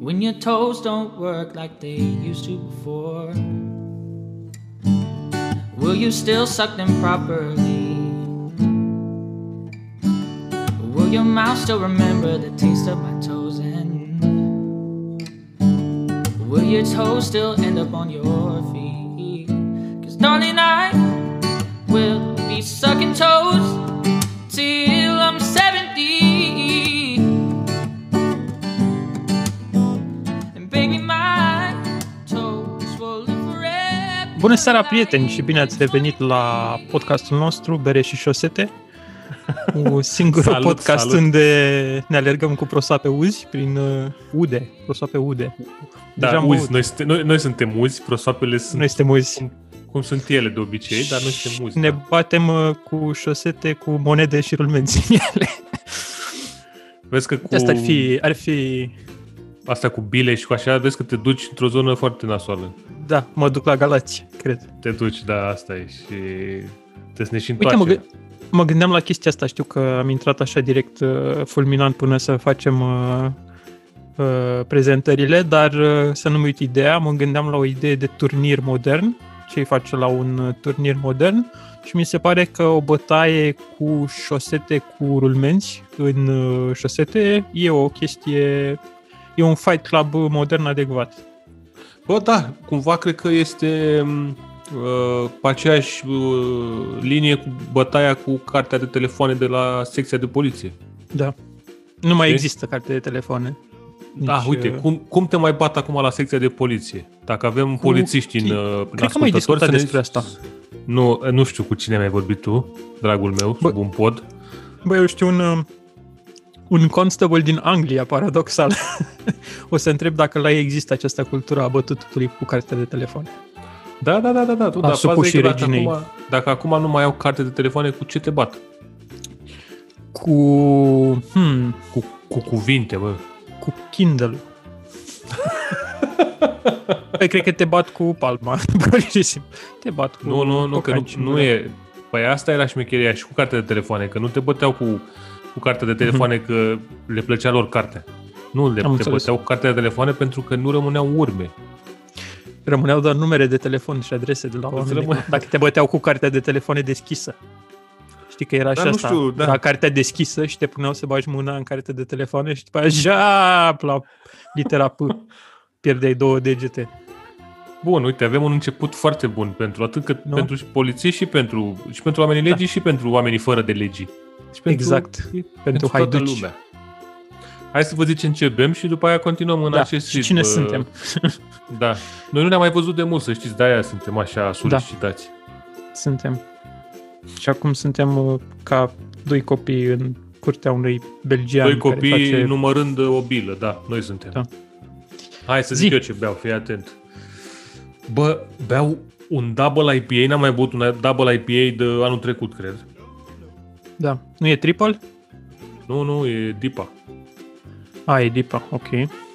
When your toes don't work like they used to before, will you still suck them properly? Will your mouth still remember the taste of my toes? And will your toes still end up on your feet? Cause darling, I will be sucking toes till I'm 70. And baby, my toes will live forever. Bună seara, prieteni, și bine ați revenit la podcastul nostru, Bere și Șosete. Un singur Salut, podcast salut. unde ne alergăm cu prosoape uzi prin uh, ude, prosoape ude. Da, Deja Deja am uzi, băut. noi, suntem, noi, noi suntem uzi, prosoapele sunt Noi noi... suntem uzi. cum sunt ele de obicei, dar noi suntem uzi. Ne Da. batem uh, cu șosete, cu monede și rulmenți în ele. Vezi că cu Asta ar fi, ar fi, asta cu bile și cu așa, vezi că te duci într-o zonă foarte nasoală. da, mă duc la Galați, cred. Te duci, da, asta e și trebuie să ne și Uite, întoarcem. mă, gâ- mă gândeam la chestia asta, știu că am intrat așa direct uh, fulminant până să facem uh, uh, prezentările, dar uh, să nu-mi uit ideea, mă gândeam la o idee de turnir modern, ce îi face la un uh, turnir modern și mi se pare că o bătaie cu șosete cu rulmenți în uh, șosete e o chestie, e un fight club modern adecvat. Bă, da, cumva cred că este m, uh, pe aceeași uh, linie cu bătaia cu cartea de telefoane de la secția de poliție. Da. Nu mai Știi? există carte de telefoane. Da, Nici, uite, uh, cum, cum te mai bat acum la secția de poliție? Dacă avem polițiști în, chi- uh, în Cred că am mai ascultători, discutat să ne- despre asta. Nu, nu știu cu cine mi-ai vorbit tu, dragul meu, sub Bă- un pod. Băi, eu știu un, uh, un constable din Anglia, paradoxal. o să întreb dacă la ei există această cultură a bătutului cu cartea de telefon. Da, da, da, da, da. Tu, A da, faza supușii e că dacă reginei. Acum, dacă acum nu mai au carte de telefoane, cu ce te bat? Cu, hmm, Cu, cu cuvinte, bă. cu Kindle. păi, cred că te bat cu palma. pur și simplu. te bat cu Nu, nu, nu, că nu, cocanci. nu e... Păi asta era șmecheria și cu cartea de telefoane, că nu te băteau cu, cu cartea de telefoane că le plăcea lor cartea. Nu, le, Mhm. Am te înțeles. băteau cu cartea de telefoane pentru că nu rămâneau urme. Rămâneau doar numere de telefon și adrese de la oameni. rămâne- Dacă te băteau cu cartea de telefoane deschisă. Știi că era Da, așa nu asta, știu, da. era cartea deschisă și te puneau să bagi mâna în cartea de telefoane și după aia jap, la litera P. Pierdeai două degete. Bun, uite, avem un început foarte bun pentru atât cât Nu? Da. pentru și polițiști și pentru, și pentru oamenii legii și pentru oamenii fără de legii. Și pentru, Exact. Pentru toată haiduci. lumea. Hai să vă zicem ce bem și după aia continuăm în Da. acest Și cine ritm. uh, suntem? Da. Noi nu ne-am mai văzut de mult, să știți, de-aia suntem așa Da. solicitați. Suntem. Și acum suntem uh, ca doi copii în curtea unui belgian Doi care copii face... numărând o bilă, da, noi suntem. Da. Hai să zic Zi. eu ce beau, fii atent. Bă, beau un double IPA, n-am mai băut un double IPA de anul trecut, cred. Da. Nu e triple? Nu, nu, e Dipa. A, e dipa, ok.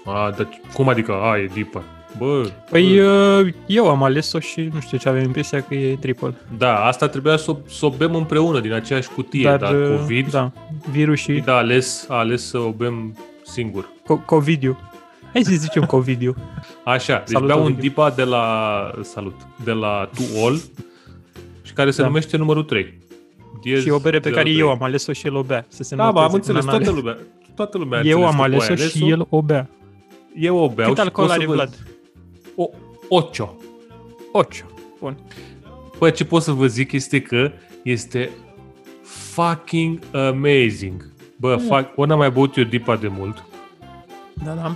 A, dar cum adică? A, e Dipa. Bă, Păi bă. uh, eu am ales-o și nu știu ce avem impresia că e triple. da, asta trebuia să, o- să o bem împreună din aceeași cutie, dar, uh, COVID, Da, virus și Da, a ales, a ales să o bem singur. co- Covidiu. Hai să zicem Covidiu. Așa, deci Salut, beau un Ovidiu. dipa de la... Salut! De la To All și care se Da. da. numește numărul 3. Diez și o bere pe care 03. eu am ales-o și el o bea. Să se Deci, Da, bă, noteze am că înțeles, n-am toată ales- lumea. Toată lumea a Eu înțeles am că tu ai ales-o și el o bea. Eu o beau Cât și alcool pot să are vă- Vlad? O, ocio. Ocio. Bun. Bă, Păi, ce pot să vă zic este că este fucking amazing. Bă, fac, ori n-am mai băut eu dipa de mult, Da, da.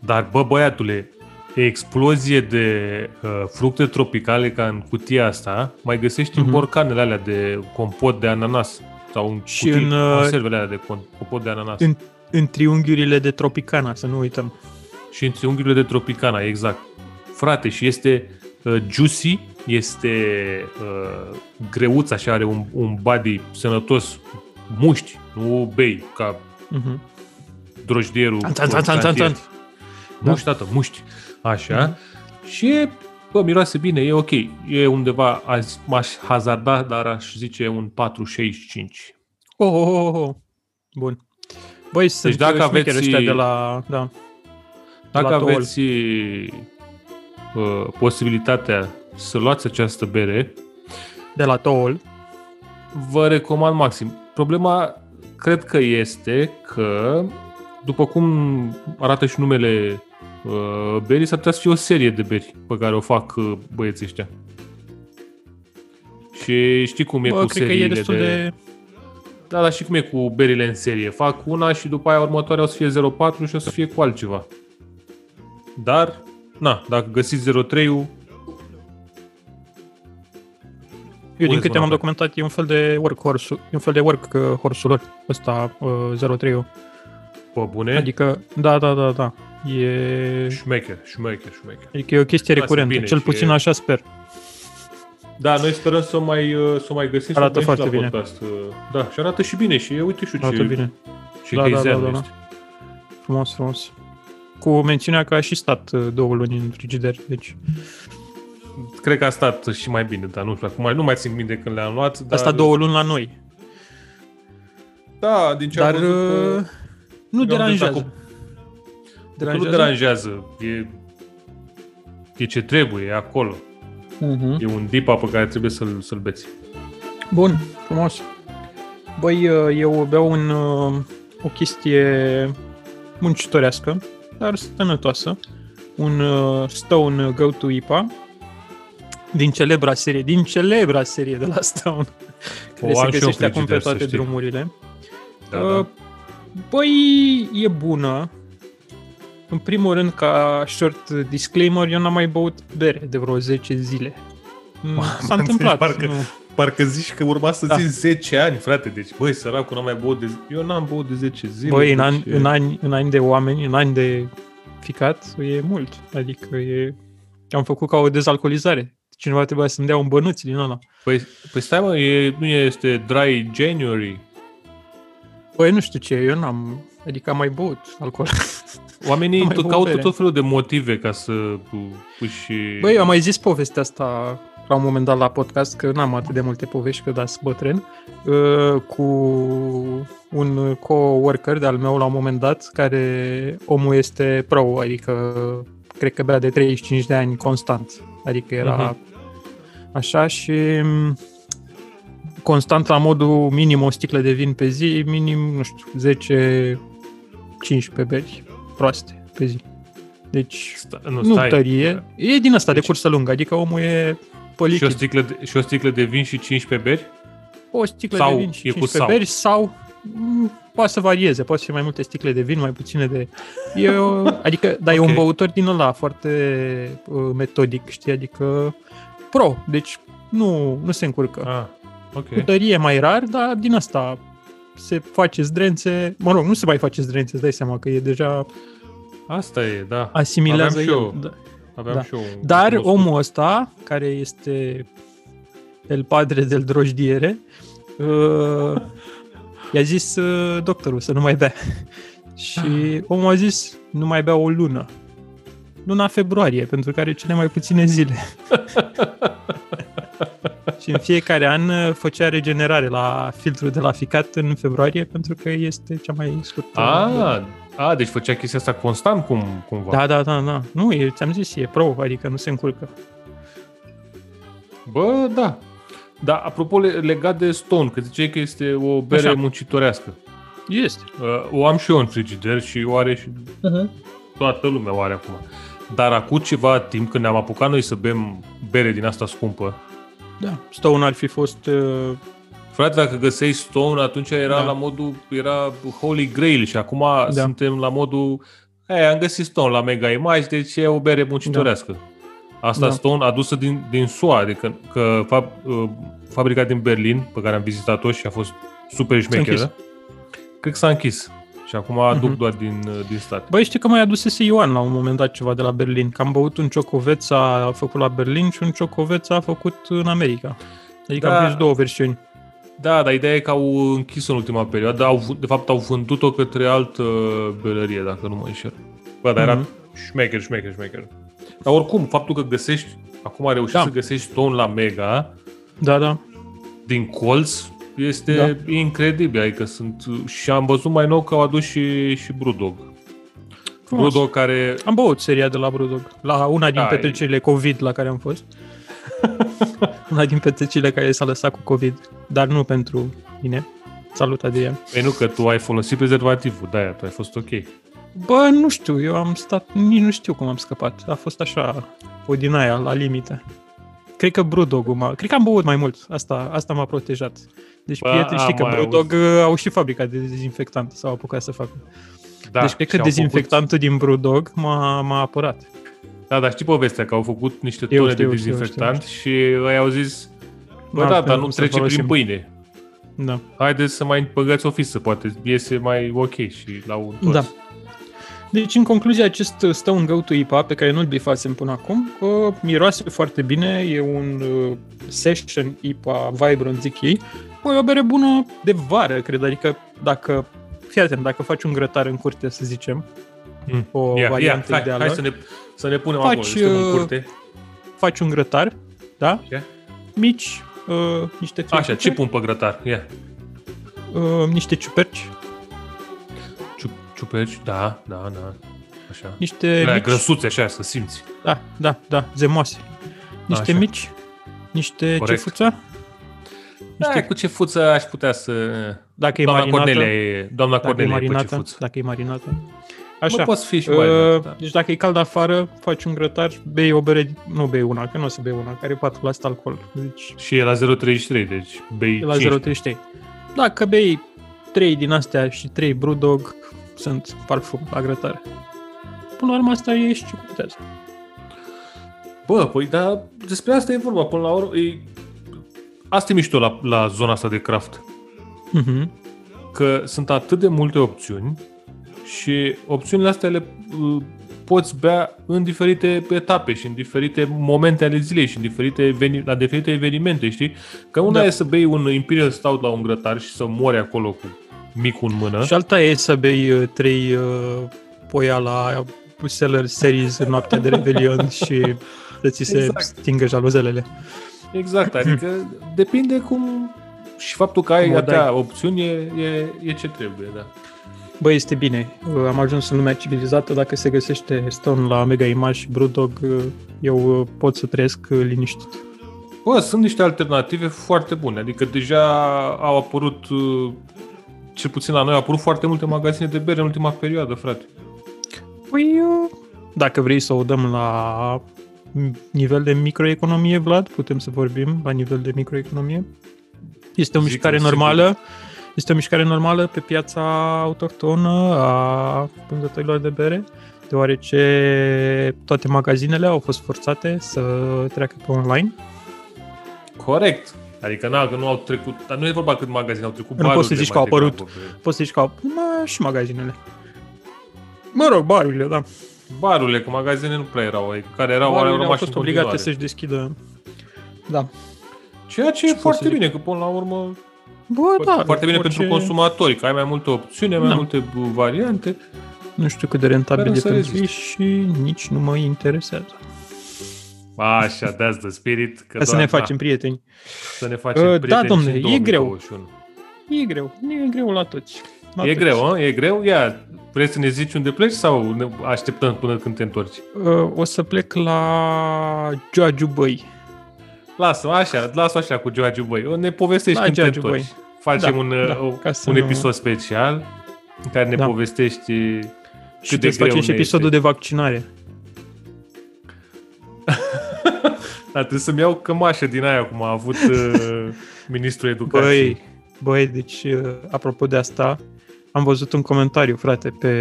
Dar, bă, băiatule, explozie de uh, fructe tropicale ca în cutia asta, mai găsești mm-hmm. Mhm. în borcanele alea de compot de ananas sau în Și cutii, în, uh, conservele alea de con- compot de ananas. În... În, în triunghiurile de Tropicana, să nu uităm. Și în triunghiurile de tropicana, exact. Frate, și este uh, juicy, este uh, greuț, așa, are un, un body sănătos, muști, nu bei ca Uh-huh. drojdierul. Tan, tan, tan, tan, tan, tan. Da. Muști, tată, muști. Așa. Și e, bă, miroase bine, e ok. E undeva, azi m-aș hazarda, dar aș zice un 465. Oh, oh, oh, oh. Bun. Băi, deci sunt dacă șmecherii aveți- ăștia de la... Da. Dacă Platoul. aveți uh, posibilitatea să luați această bere, de la Toll. vă recomand maxim. Problema cred că este că, după cum arată și numele uh, berii, s-ar putea să fie o serie de beri pe care o fac uh, băieții ăștia. Și știi cum e Bă, cu cred că e seriile destul de... de... Da, dar și cum e cu berile în serie. Fac una și după aia următoarea o să fie 04 și o să fie cu altceva. Dar, na, dacă găsiți 03-ul, Eu din Puneți câte m-am mâna pe- documentat, e un fel de workhorse, e un fel de workhorse-ul lor, ăsta uh, 03 pe bune, adică... Adică, da, da, da, da. E, șmecher, șmecher, șmecher. adică e o chestie Lasă recurentă, bine cel și puțin e- așa sper. Da, noi sperăm să o mai, uh, să o mai găsim Arată să o foarte punem și la bine. podcast. Uh, Da, și arată și bine și e, uite și eu Arată ce, bine. ce Da, da, da, geizean da, da. este. Frumos, frumos. Cu mențiunea că a și stat uh, două luni în frigider, deci Cred că a stat și mai bine, dar nu știu, acum nu mai țin minte când le-am luat. Dar, dar, asta două luni la noi. Da, din ce Dar am văzut, uh, nu uh, eu am văzut deranjează. acum- nu deranjează. E, e ce trebuie, e acolo. Mhm. E un dipa pe care trebuie să-l, să-l beți. Bun, frumos. Băi, uh, eu beau un, uh, o chestie muncitorească, dar sănătoasă. Un uh, Stone Go to IPA din celebra serie, din celebra serie de la Stone, care se O am și eu în găsește acum pe frigider, să toate știi. drumurile. Da, da. Uh, Băi, e bună. În primul rând, ca short disclaimer, eu n-am mai băut bere de vreo 10 zile. Mm, S-a înțeles, întâmplat. parcă- nu. Parcă zici că urma să Da. ții 10 ani, frate. Deci, băi, săracul n-am mai băut de... Eu n-am băut de 10 zile. Băi, în deci ani, e- în, ani, în ani de oameni, în ani de ficat, e mult. Adică e... Am făcut ca o dezalcoolizare. Cineva trebuia să-mi dea un bănuț din ăla. Păi, păi stai mă, e, nu este Dry January. Băi, nu știu ce, eu n-am... Adică am mai băut alcool. Am Oamenii mai tot băut caută bere. tot felul de motive ca să uh, își... Băi, eu am mai zis povestea asta la un moment dat la podcast, că n-am atât de multe povești, că da, sunt bătrân, uh, cu un co-worker de-al meu la un moment dat, care omul este pro, adică cred că bea de 35 de ani constant, adică era uh-huh. așa și m, constant la modul minim o sticlă de vin pe zi, minim, nu știu, 10-15 beri proaste pe zi. Deci Sta- nu, nu stai. tărie. E din asta, de Deci- cursă lungă, adică omul e pe Și o, lichid. sticlă de, și o sticlă de vin și 15 beri? O sticlă sau de vin e și cu 15 sau. beri sau m, poate să varieze, poate să fie mai multe sticle de vin, mai puține de... E o, adică, dar e Ok. un băutor din ăla foarte uh, metodic, știi, adică pro, deci nu, nu se încurcă. Ah, ok. Cu tărie mai rar, dar din asta se face zdrențe, mă rog, nu se mai face zdrențe, îți dai seama că e deja Asta e, da. asimilează Aveam și eu. el. Da. Aveam da. și eu un Dar cunoscut. omul ăsta, care este el padre del drojdiere, uh, i-a zis uh, doctorul să nu mai bea. Și omul a zis, nu mai bea o lună. Luna februarie, pentru care cele mai puține zile. și în fiecare an uh, făcea regenerare la filtrul de la ficat în februarie, pentru că este cea mai scurtă. A, a, deci făcea chestia asta constant cum, cumva. da, da, da, da. Nu, e, ți-am zis, e pro, adică nu se încurcă. Bă, da. Dar apropo le- legat de Stone, că ziceai că este o bere Așa. muncitorească. Este. Uh, O am și eu în frigider și o are și Uh-huh. toată lumea o are acum. Dar acum ceva timp, când ne-am apucat noi să bem bere din asta scumpă, Da, Stone ar fi fost... Uh, frate, dacă găseai Stone, atunci era Da. la modul, era Holy Grail și acum da. suntem la modul, hey, am găsit Stone la Mega Image, deci e o bere muncitorească. Asta Da. Stone adusă din, din SUA, adică că fab, uh, fabrica din Berlin, pe care am vizitat-o și a fost super șmecheră, cred că s-a închis. Și acum aduc Mhm. doar din, uh, din stat. băi, știi că mai adusese Ioan la un moment dat ceva de la Berlin, că am băut un ciocoveț a făcut la Berlin și un ciocoveț a făcut în America. Adică Da. am prins două versiuni. Da, dar ideea e că au închis în ultima perioadă. Au, vân- de fapt, au vândut-o către altă belărie, dacă nu mă înșel. Bă, dar Mhm. era șmecher, șmecher, șmecher. Dar oricum, faptul că găsești, acum reușești Da. să găsești ton la Mega, Da, da. din colț, este da. Da. incredibil. Adică sunt... Și am văzut mai nou că au adus și, și Brewdog. Frumos. Rudo care... Am băut seria de la Brudog, la una din Da, e- petrecerile COVID la care am fost. una din petrecerile care s-a lăsat cu COVID, dar nu pentru mine. Salut, Adrian. Păi nu, că tu ai folosit prezervativul, de-aia tu ai fost ok. Bă, nu știu, eu am stat, nici nu știu cum am scăpat. A fost așa, o din aia, la limită. Cred că Brudog m-a... Cred că am băut mai mult. Asta, asta m-a protejat. Deci, Bă, Bă, prieteni, știi am că mai Brudog uh, au și fabrica de dezinfectant. S-au apucat să facă. Da, deci, cred și că au dezinfectantul din Brudog m-a, m-a apărat. Făcut... Da, dar știi povestea, că au făcut niște știu, tone de știu, știu, dezinfectant și ei au zis, bă, N-am da, pe dar cum nu să trece prin folosim." pâine. Da. Haideți să mai băgați o fisă, poate iese mai ok și la un întors. Da. Deci, în concluzie, acest uh, Stone Go to IPA, pe care nu-l bifasem până acum, uh, miroase foarte bine, e un uh, session IPA vibrant, zic ei. Păi o bere bună de vară, cred, adică dacă, fii atent, dacă faci un grătar în curte, să zicem, Mm. o Ia, ia, variantă hai, ideală, hai să ne, să ne punem Faci, acolo, suntem în uh, curte. faci un grătar, da? Ia. Mici, uh, niște Așa, ce friptițe, pun pe grătar? Ia. uh, niște ciuperci, Ciu- Ciuperci, da, da, da. Așa. niște Alea mici, grăsuțe, așa, să simți. da, da, da, zemoase, niște Așa. mici, niște Corect. cefuța, Da, cu ce fuță aș putea să... dacă e doamna marinată, Cornelia e, doamna Dacă e Cornelia e cu ce marinată, fuță. dacă e marinată. Așa. Așa. Mă, poți fi și mai Uh, uh, da. deci dacă e cald afară, faci un grătar, bei o bere, nu bei una, că nu o să bei una, care are 4% alcool. Deci Și e la 0,33, deci bei e la 0, 0,33. Dacă bei 3 din astea și 3 Brewdog, sunt parfum la grătar. Până la urmă asta e și ce contează. Bă, păi, dar despre asta e vorba, până la urmă, e... Asta e mișto la, la zona asta de craft, Uh-huh. Mhm. că sunt atât de multe opțiuni și opțiunile astea le uh, poți bea în diferite etape și în diferite momente ale zilei și în diferite eveni- la diferite evenimente, știi? Că una Da. da. e să bei un Imperial Stout la un grătar și să mori acolo cu micul în mână. Da? Și alta e să bei ă, 3 uh, poia la Seller Series în noaptea de Revelion și să ți se Exact. exact. stingă jaluzelele. Exact, adică depinde cum și faptul că ai Cum o dai. atâtea opțiuni e, e, e ce trebuie, da. Bă, este bine. Uh, Am ajuns în lumea civilizată. Dacă se găsește Stone la Mega Image și Brewdog, uh, eu uh, pot să trăiesc uh, liniștit. Bă, sunt niște alternative foarte bune, adică deja au apărut, uh, cel puțin la noi, au apărut foarte multe magazine de bere în ultima perioadă, frate. Păi, uh, dacă vrei să o dăm la m- nivel de microeconomie, Vlad, putem să vorbim la nivel de microeconomie. Este o Zic-mi, mișcare sigur. normală. Este o mișcare normală pe piața autohtonă a vânzătorilor de bere, deoarece toate magazinele au fost forțate să treacă pe online. Corect. Adică na, că nu au trecut, dar nu e vorba cât magazine au trecut, Nu poți barurile să zici mai că au apărut. degrabă, bă. Poți să zici că au mă, și magazinele. Mă rog, barurile, da. Barurile, că magazine nu prea erau, adică care erau, Barurile au au rămas fost în obligate obligate să-și deschidă. Da. Ceea ce e Ce pot foarte să zic? bine, că până la urmă Bă, da. foarte bine orice- pentru consumatori, că ai mai multe opțiuni, ai mai Da. multe bă, variante. Nu știu cât de rentabil Sperăm e să pentru ei reziste. și nici nu mă interesează. Așa, that's the spirit. Că Ca să doar- ne facem prieteni. Da, să ne facem Uh, da, prieteni și domne, în e 2021. E greu. E greu la toți. La E toți. greu, a? e greu? Ia, vrei să ne zici unde pleci sau ne așteptăm până când te întorci? Uh, O să plec la Giorgiu Băi. Lasă așa, lasă așa cu Georgiu Băi. Ne povestești Da, când Georgiu te întorci. Băi. Facem Da, un, da, o- ca să un nu- episod special în care ne Da. povestești Și cât de trebuie să greu facem și ne episodul este. de vaccinare. Dar trebuie să-mi iau cămașă din aia cum a avut uh, ministrul educației. Băi, băi, deci uh, apropo de asta, am văzut un comentariu, frate, pe,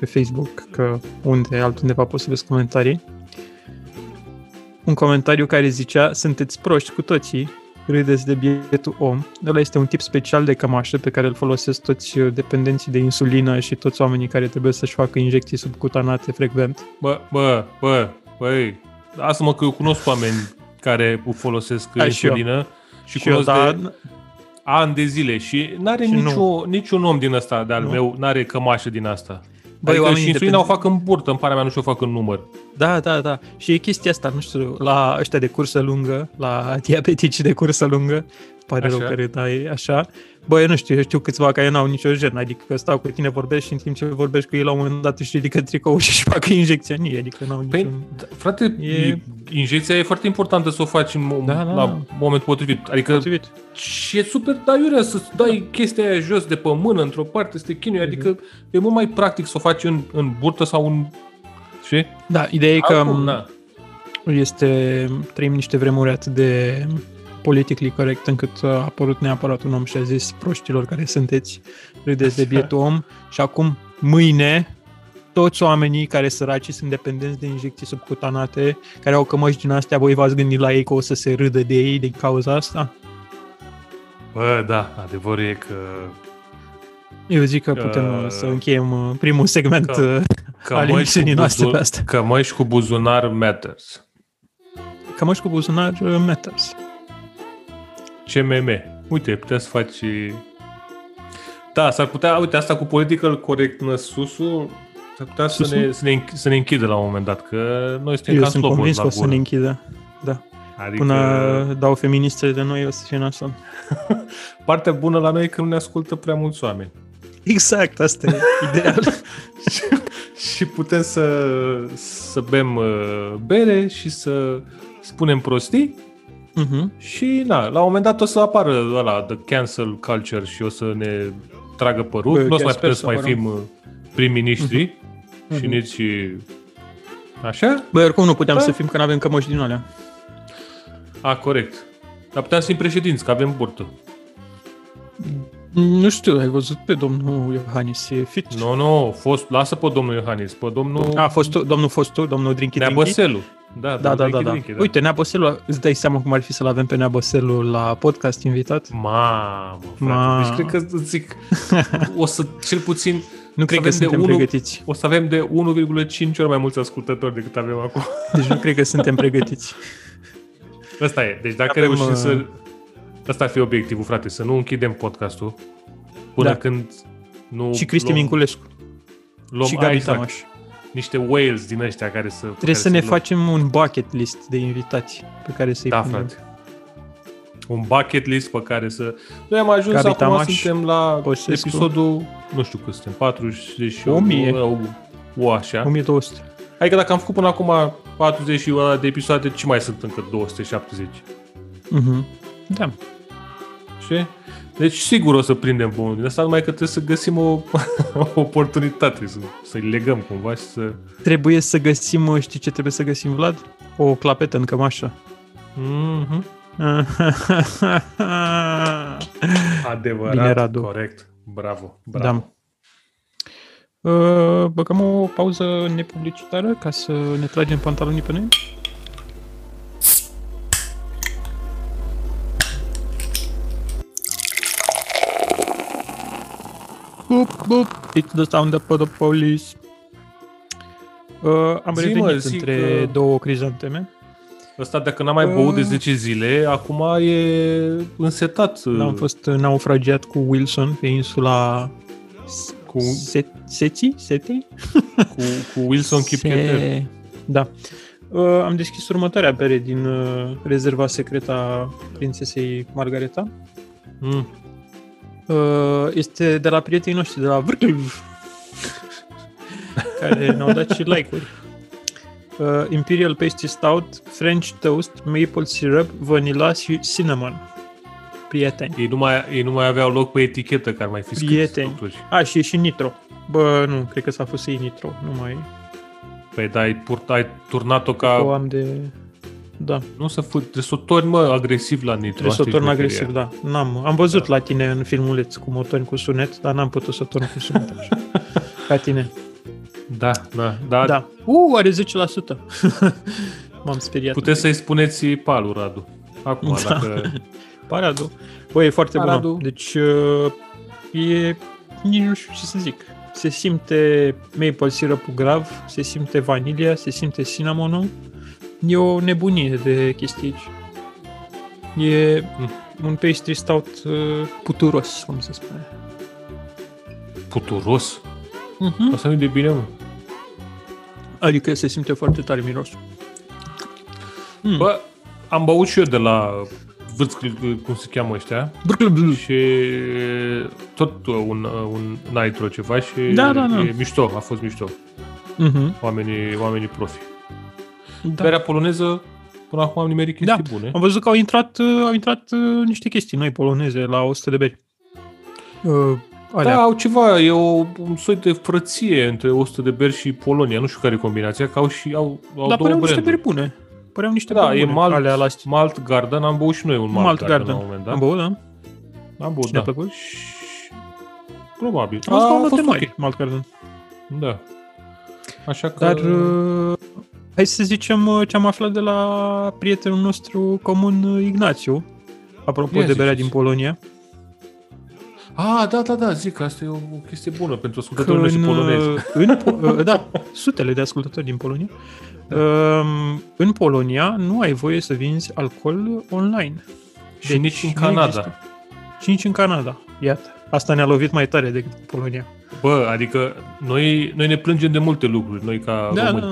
pe Facebook, că unde altundeva poți să vezi comentarii. Un comentariu care zicea, sunteți proști cu toții, râdeți de bietul om. Ăla este un tip special de cămașă pe care îl folosesc toți uh, dependenții de insulină și toți oamenii care trebuie să-și facă injecții subcutanate frecvent. Bă, bă, bă, băi, lasă-mă că eu cunosc oameni care folosesc uh, Da, și eu. insulină și, Și eu, cunosc da, de ani de zile și n-are Și nicio, niciun om din ăsta de-al Nu. meu, n-are cămașă din asta. Băi, Băi, adică oamenii și insulina o independenți- fac în burtă, în parea mea nu și o fac în număr. Da, da, da. Și e chestia asta, nu știu, la ăștia de cursă lungă, la diabetici de cursă lungă, pare Așa. rău că redai așa. Bă, eu nu știu, eu știu câțiva care n-au nicio jenă, adică că stau cu tine, vorbești și în timp ce vorbești cu ei, la un moment dat își ridică tricoul și își facă injecționie, adică n-au Păi, niciun... da, frate, e... E- injecția e foarte importantă să o faci în, mo- Da, da, la da. momentul potrivit. Adică potrivit. Potrivit. și e super daiurea să-ți dai chestia aia jos de pe mână, într-o parte, să te chinui. Adică e mult mai practic să o faci în, în burtă sau în... Și? Da, ideea e că... Acum, da. este, trăim niște vremuri atât de politically correct încât a apărut neapărat un om și a zis proștilor care sunteți, râdeți de bietul om și acum mâine toți oamenii care săraci sunt dependenți de injecții subcutanate, care au cămăși din astea, voi v-ați gândit la ei că o să se râdă de ei din cauza asta? Bă, da, adevărul e că Eu zic că putem Că- uh, să încheiem uh, primul segment. uh, Că- Că... Ale cămăși cu, emisiunii noastre pe buzun... asta. cămăși cu buzunar matters. Cămăși cu buzunar uh, matters. CMM. Uite, putea să faci... Da, s-ar putea, uite, asta cu political correctness susul, s-ar putea să Susul? ne, să, ne, înch- să ne închidă la un moment dat, că noi suntem Eu ca sunt slobos convins la că o să gură. ne închidă. Da. Adică Până uh, dau feministele de noi o să fie nasol. partea bună la noi e că nu ne ascultă prea mulți oameni. Exact, asta e ideal. și putem să, să bem uh, bere și să spunem prostii uh-huh. și na, la un moment dat o să apară ăla, the cancel culture și o să ne tragă părul. Bă, Păi, Nu o să chiar mai sper putem să să mai apară. Mhm. fim uh, prim-ministri și nici uh, așa. Băi, oricum nu puteam Da. da. să fim, că n-avem cămăși din alea. A, corect. Dar putem să fim președinți, că avem burtă. Nu știu, ai văzut pe domnul Iohannis e fit? Nu, no, nu, no, fost, lasă pe domnul Iohannis, pe domnul A, fost tu, domnul fost tu, domnul Drinky Drinky? Neabăselu. Da, Ah, Da, da, domnul da, da. Drinchi, Uite, Neabăselul, îți dai seama cum ar fi să-l avem pe Neabăselul la podcast invitat? Mamă, frate. Mamă. Deci cred că îți zic, o să cel puțin... Nu o să cred că avem de suntem unu- pregătiți. O să avem de 1,5 ori mai mulți ascultători decât avem acum. Deci nu cred că suntem pregătiți. Asta e. Deci dacă Avem, reușim uh, să... Asta ar fi obiectivul, frate, să nu închidem podcastul până Da. când nu Și Cristi luăm, Minculescu luăm și Gabi exact, Tamaș. niște whales din ăștia care să... Trebuie să ne facem. facem un bucket list de invitați pe care să-i Da, punem. frate. Un bucket list pe care să... Noi am ajuns Gabi acum, Tamaș, suntem la Băsescu. episodul, nu știu cât suntem, 48, O mie. O, o așa. 1200. Adică dacă am făcut până acum 40 și una de episoade, ce mai sunt încă 270? Mhm. Da. Și? Deci sigur o să prindem bunul din asta, numai că trebuie să găsim o, o oportunitate, să, să-i legăm cumva și să... Trebuie să găsim, știi ce trebuie să găsim, Vlad? O clapetă în cămașă. Mm-hmm. Adevărat, Bine, Radu. corect. Bravo, bravo. da. Uh, Băgăm o pauză nepublicitară ca să ne tragem pantalonii pe noi? Boop, boop. It's the sound of the police. Uh, am Zi, mă, revenit uh, zic între că- două crizanteme. Ăsta dacă n-a mai băut de 10 zile, acum e însetat. uh, Am fost naufragiat cu Wilson pe insula cu, Se- Seții? Setei? cu, cu Wilson Kipketer. Se... Da. Uh, am deschis următoarea bere din uh, rezerva secretă a prințesei Margareta. Mm. Uh, este de la prietenii noștri, de la Vrcliv, care ne-au dat și like-uri. Uh, Imperial Pasty Stout, French Toast, Maple Syrup, Vanilla și Cinnamon. Prieteni. Ei, nu mai, ei nu mai aveau loc pe etichetă care mai fi scris. Prieteni. totuși. A, și e și Nitro. Bă, nu, cred că s-a fost și Nitro, nu mai... Păi da, ai, purt, ai turnat-o ca... O am de... Da. Nu să fă, trebuie să o torni, mă, agresiv la nitro. Trebuie să asta o e torn șmecheria. agresiv, da. N-am, am văzut la tine în filmuleț cum o torni cu sunet, dar n-am putut să o torn cu sunet așa. Ca tine. Da, da, da. da. Da. U, are 10%. M-am speriat. Puteți să-i spuneți palul, Radu. Acum, da. Da. dacă... Paradu. Băi, e foarte Paradu. bună. Deci uh, e... Nici nu știu ce să zic. Se simte maple syrup grav, se simte vanilia, se simte cinnamonul. E o nebunie de chestii aici. E Mm. un pastry stout uh, puturos, cum se spune. Puturos. Mhm. Asta nu de bine, mă. Adică se simte foarte tare mirosul. Bă, am băut și eu de la vârți, cum se cheamă ăștia, Brr, brr, brr. și tot uh, un, un nitro ceva și Da, da, da. e mișto, a fost mișto. Mhm. Oamenii, oamenii profi. Da. Da. Berea poloneză, până acum am nimerit Da. chestii da. bune. Am văzut că au intrat, uh, au intrat uh, niște chestii noi poloneze la 100 de beri. Uh, alea. Da, au ceva, e o, un soi de frăție între 100 de beri și Polonia, nu știu care e combinația, că au și au, au Dar două păreau niște branduri. beri bune. Păreau niște Da, beri e bune. Malt, alea la Malt Garden, am băut și noi un Malt, Malt Garden. la un moment dat. Am băut, da? Am băut, Și ne-a da. plăcut? Și- Probabil. Am zis că au fost note ok. mari, Malt Garden. Da. Așa că... Dar uh, hai să zicem uh, ce am aflat de la prietenul nostru comun, uh, Ignațiu, apropo Ia de berea ziceți. din Polonia. Ah, da, da, da, zic, asta e o o chestie bună pentru că ascultătorii noștri polonezi. în, Po- uh, da, sutele de ascultători din Polonia. Um, în Polonia nu ai voie să vinzi alcool online. Deci Și nici în nu Canada. există. Și nici în Canada. Iată. Asta ne-a lovit mai tare decât Polonia. Bă, adică noi, noi ne plângem de multe lucruri, noi ca Da, români.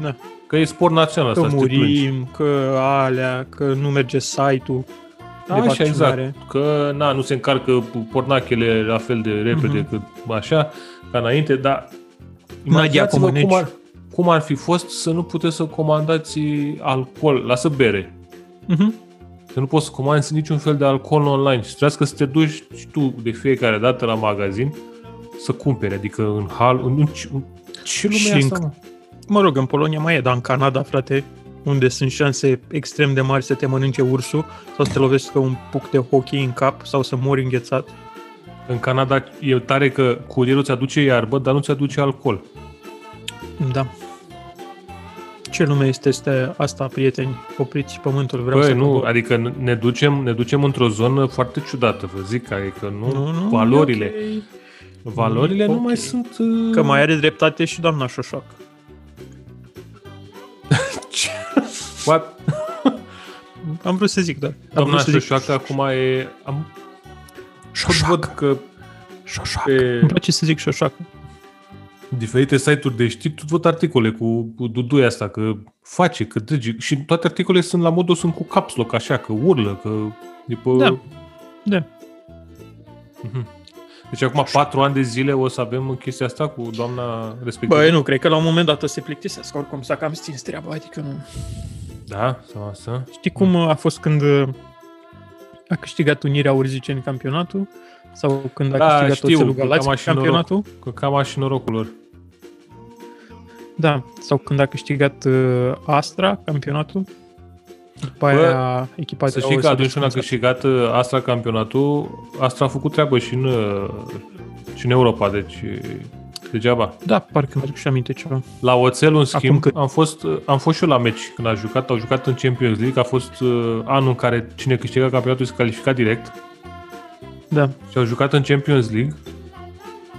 da, da. Că e sport național Că asta, să te plângi. murim, că alea, că nu merge site-ul de Așa, vaccinare. exact. Că, na, nu se încarcă pornachele la fel de repede mm-hmm. cât așa, ca înainte, dar imaginați-vă Comăneci. cum ar, cum ar fi fost să nu puteți să comandați alcool, lasă bere. Mhm. Că nu poți să comanzi niciun fel de alcool online și trebuie să te duci și tu de fiecare dată la magazin să cumpere, adică în hal, în, în, în ce lume Și e asta, în- mă? Mă rog, în Polonia mai e, dar în Canada, frate, unde sunt șanse extrem de mari să te mănânce ursul sau să te lovești cu un puc de hockey în cap sau să mori înghețat. În Canada e tare că curierul ți aduce iarbă, dar nu ți aduce alcool. Da. Ce lume este, este asta, prieteni? Opriți pământul, vreau Băi, să nu, cobor. adică ne ducem, ne ducem într-o zonă foarte ciudată, vă zic, adică nu, Nu, nu, valorile, e ok. valorile Nu e nu mai ok. sunt... uh, Că mai are dreptate și doamna Șoșoac. What? Am vrut să zic, da. Am Doamna vrut să zic, Șoșoacă acum e... Am, tot văd că Șoșoac. pe Îmi place să zic Șoșoac. diferite site-uri de știri, tot văd articole cu, cu duduia asta, că face, că dăge, și toate articolele sunt la modul, sunt cu caps lock, așa, că urlă, că... După... Da. Da. Deci acum patru ani de zile o să avem chestia asta cu doamna respectivă. Băi, nu, cred că la un moment dat o să se plictisesc, oricum s-a cam stins treaba, adică nu... Da, sau asta. Știi cum a fost când uh, a câștigat Unirea Urziceni campionatul? Sau când a Da, câștigat știu, Oțelul că cam Galați așa noroc. campionatul? Că cam așa și norocul lor. Da, sau când a câștigat uh, Astra campionatul. După Bă, aia echipa Să de știi o că să atunci când a descansă. câștigat uh, Astra campionatul, Astra a făcut treabă și în, uh, și în Europa, deci uh, degeaba. Da, parcă mi-aduc și aminte ceva. La Oțel, în schimb, cât- am, fost, uh, am fost și eu la meci când a jucat, au jucat în Champions League, a fost uh, anul în care cine câștiga campionatul se califica direct Da. și au jucat în Champions League,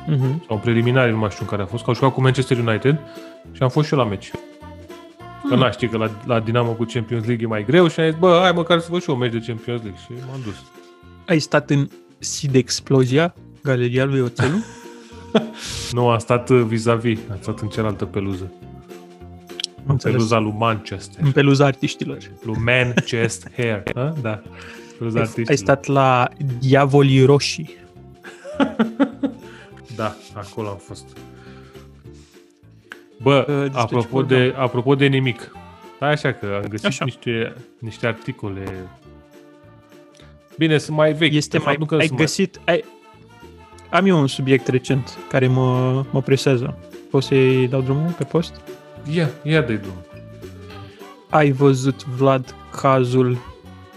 Mhm. sau în preliminari, nu mai știu în care a fost, că au jucat cu Manchester United și am fost și eu la meci. Mm. Că n știi că la, la Dinamo cu Champions League e mai greu și am zis, bă, hai măcar să văd și eu un meci de Champions League și m-am dus. Ai stat în Sid Explozia, galeria lui Oțelu? Nu, am stat uh, vis-a-vis, am stat în cealaltă peluză. Am În înțeles. Mm. peluza lui Manchester. În peluza artiștilor. Lui Manchester. A? Da. Peluza Ai, ai artiștilor. stat la Diavolii Roșii. Da, acolo am fost. Bă, Ă, despre apropo ce vorbeam? de, apropo de nimic. Da, așa că am găsit Așa. niște, niște articole. Bine, sunt mai vechi. Este de fapt, mai... nu că ai sunt găsit... Ai... Am eu un subiect recent care mă, mă presează. Poți să-i dau drumul pe post? Mai... Ia, ia de drum. Ai văzut, Vlad, cazul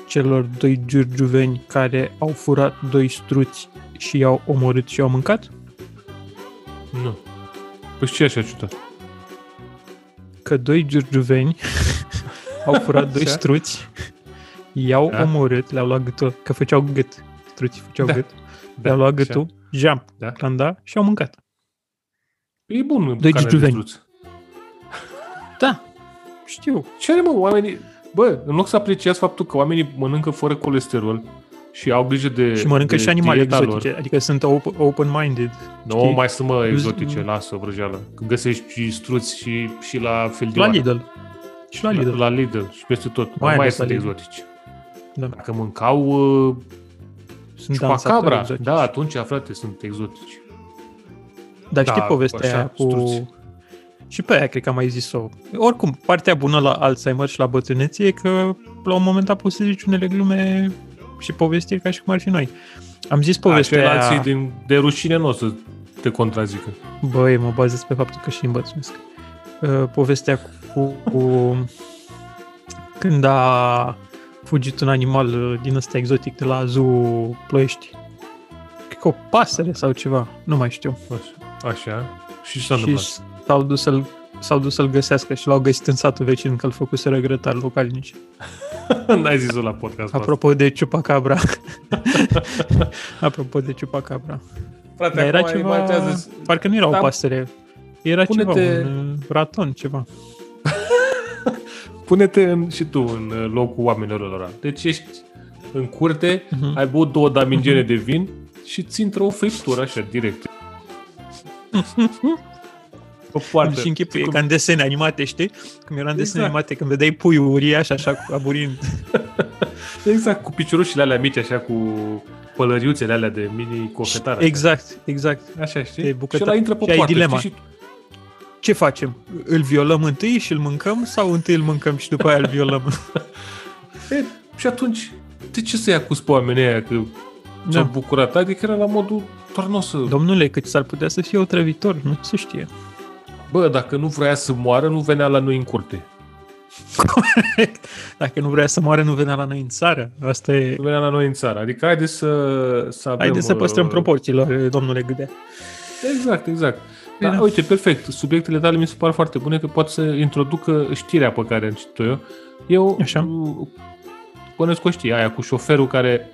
celor doi giurgiuveni care au furat doi struți și i-au omorât și i-au mâncat? Nu. Păi și ce e așa ciudat? Că doi giurgiuveni au furat doi Așa. struți, i-au Da. omorât, le-au luat gâtul, că făceau gât, struții făceau Da. gât, le-au luat așa. gâtul, jam, Da. clanda și au mâncat. E bun Doi bucana de giurgiuveni. struț. Da, știu. Ce are, mă, oamenii... Bă, în loc să apreciați faptul că oamenii mănâncă fără colesterol și au grijă de Și mănâncă de și animale dieta lor. exotice, adică sunt op- open-minded. Nu, știi? mai sunt, mă, Eu zic- exotice, lasă, vrăjeală. Când găsești și struți și, și la La feldioare. Lidl. Și la Lidl. Da. La, la Lidl și peste tot. Mai Mai, ales mai la sunt Lidl. exotice. Da. Dacă mâncau uh, Sunt ciupacabra, dansatori da, atunci, frate, sunt exotici. Dar știi Da, povestea așa, aia cu... struți. Și pe aia cred că am mai zis-o. Oricum, partea bună la Alzheimer și la bătrânețe e că la un moment dat poți să zici unele glume și povestiri ca și cum ar fi noi. Am zis Da, povestea Așa, aia... alții din, de rușine nu o să te contrazică. Băi, mă bazez pe faptul că și îmbătrânesc. Uh, Povestea cu, cu... Când a fugit un animal uh, din ăsta exotic de la zoo Ploiești. Cred că o pasăre sau ceva, nu mai știu. Așa. așa. Și ce s-a și întâmplat? s-au dus să-l s-au dus să-l găsească și l-au găsit în satul vecin că îl făcuseră grătar localnici. N-ai zis-o la podcast. Apropo, Apropo de ciupacabra. Apropo de ciupacabra. frate, Dar era acum ceva... imaginează-ți- Parcă nu era Da. o pasăre. Era Pune-te- ceva, un uh, raton, ceva. Pune-te în, și tu în uh, locul oamenilor ăla. Deci ești în curte, Mhm. ai băut două damingene de vin și ți intră o friptură așa, direct. O poartă. Și închipuie, Cum- ca în desene animate, știi? Cum era în desene Exact. animate, când vedeai puiul uriaș, așa, cu aburind. Exact, cu piciorușile alea mici, așa, cu pălăriuțele alea de mini cofetare. exact, exact. Așa, știi? Pe Și bucătă- ăla intră pe și ai poartă, dilema. știi? Și Ce facem? Îl violăm întâi și îl mâncăm sau întâi îl mâncăm și după aia îl violăm? E, și atunci, de ce să-i acuz pe oamenii aia că Da. s-au bucurat? Adică era la modul, doar nu o să... Domnule, că s-ar putea să fie otrăvitor, nu se știe. Bă, dacă nu vrea să moară, nu venea la noi în curte. Corect. Dacă nu vrea să moare, nu venea la noi în țară. Asta e... Nu venea la noi în țară. Adică haideți să, să avem... Haideți să păstrăm uh, proporțiile, domnule Gâdea. Exact, exact. Bine. Da, uite, perfect. Subiectele tale mi se par foarte bune că poate să introducă știrea pe care am citit-o eu. Eu Așa. uh, Bănesc o știe, aia cu șoferul care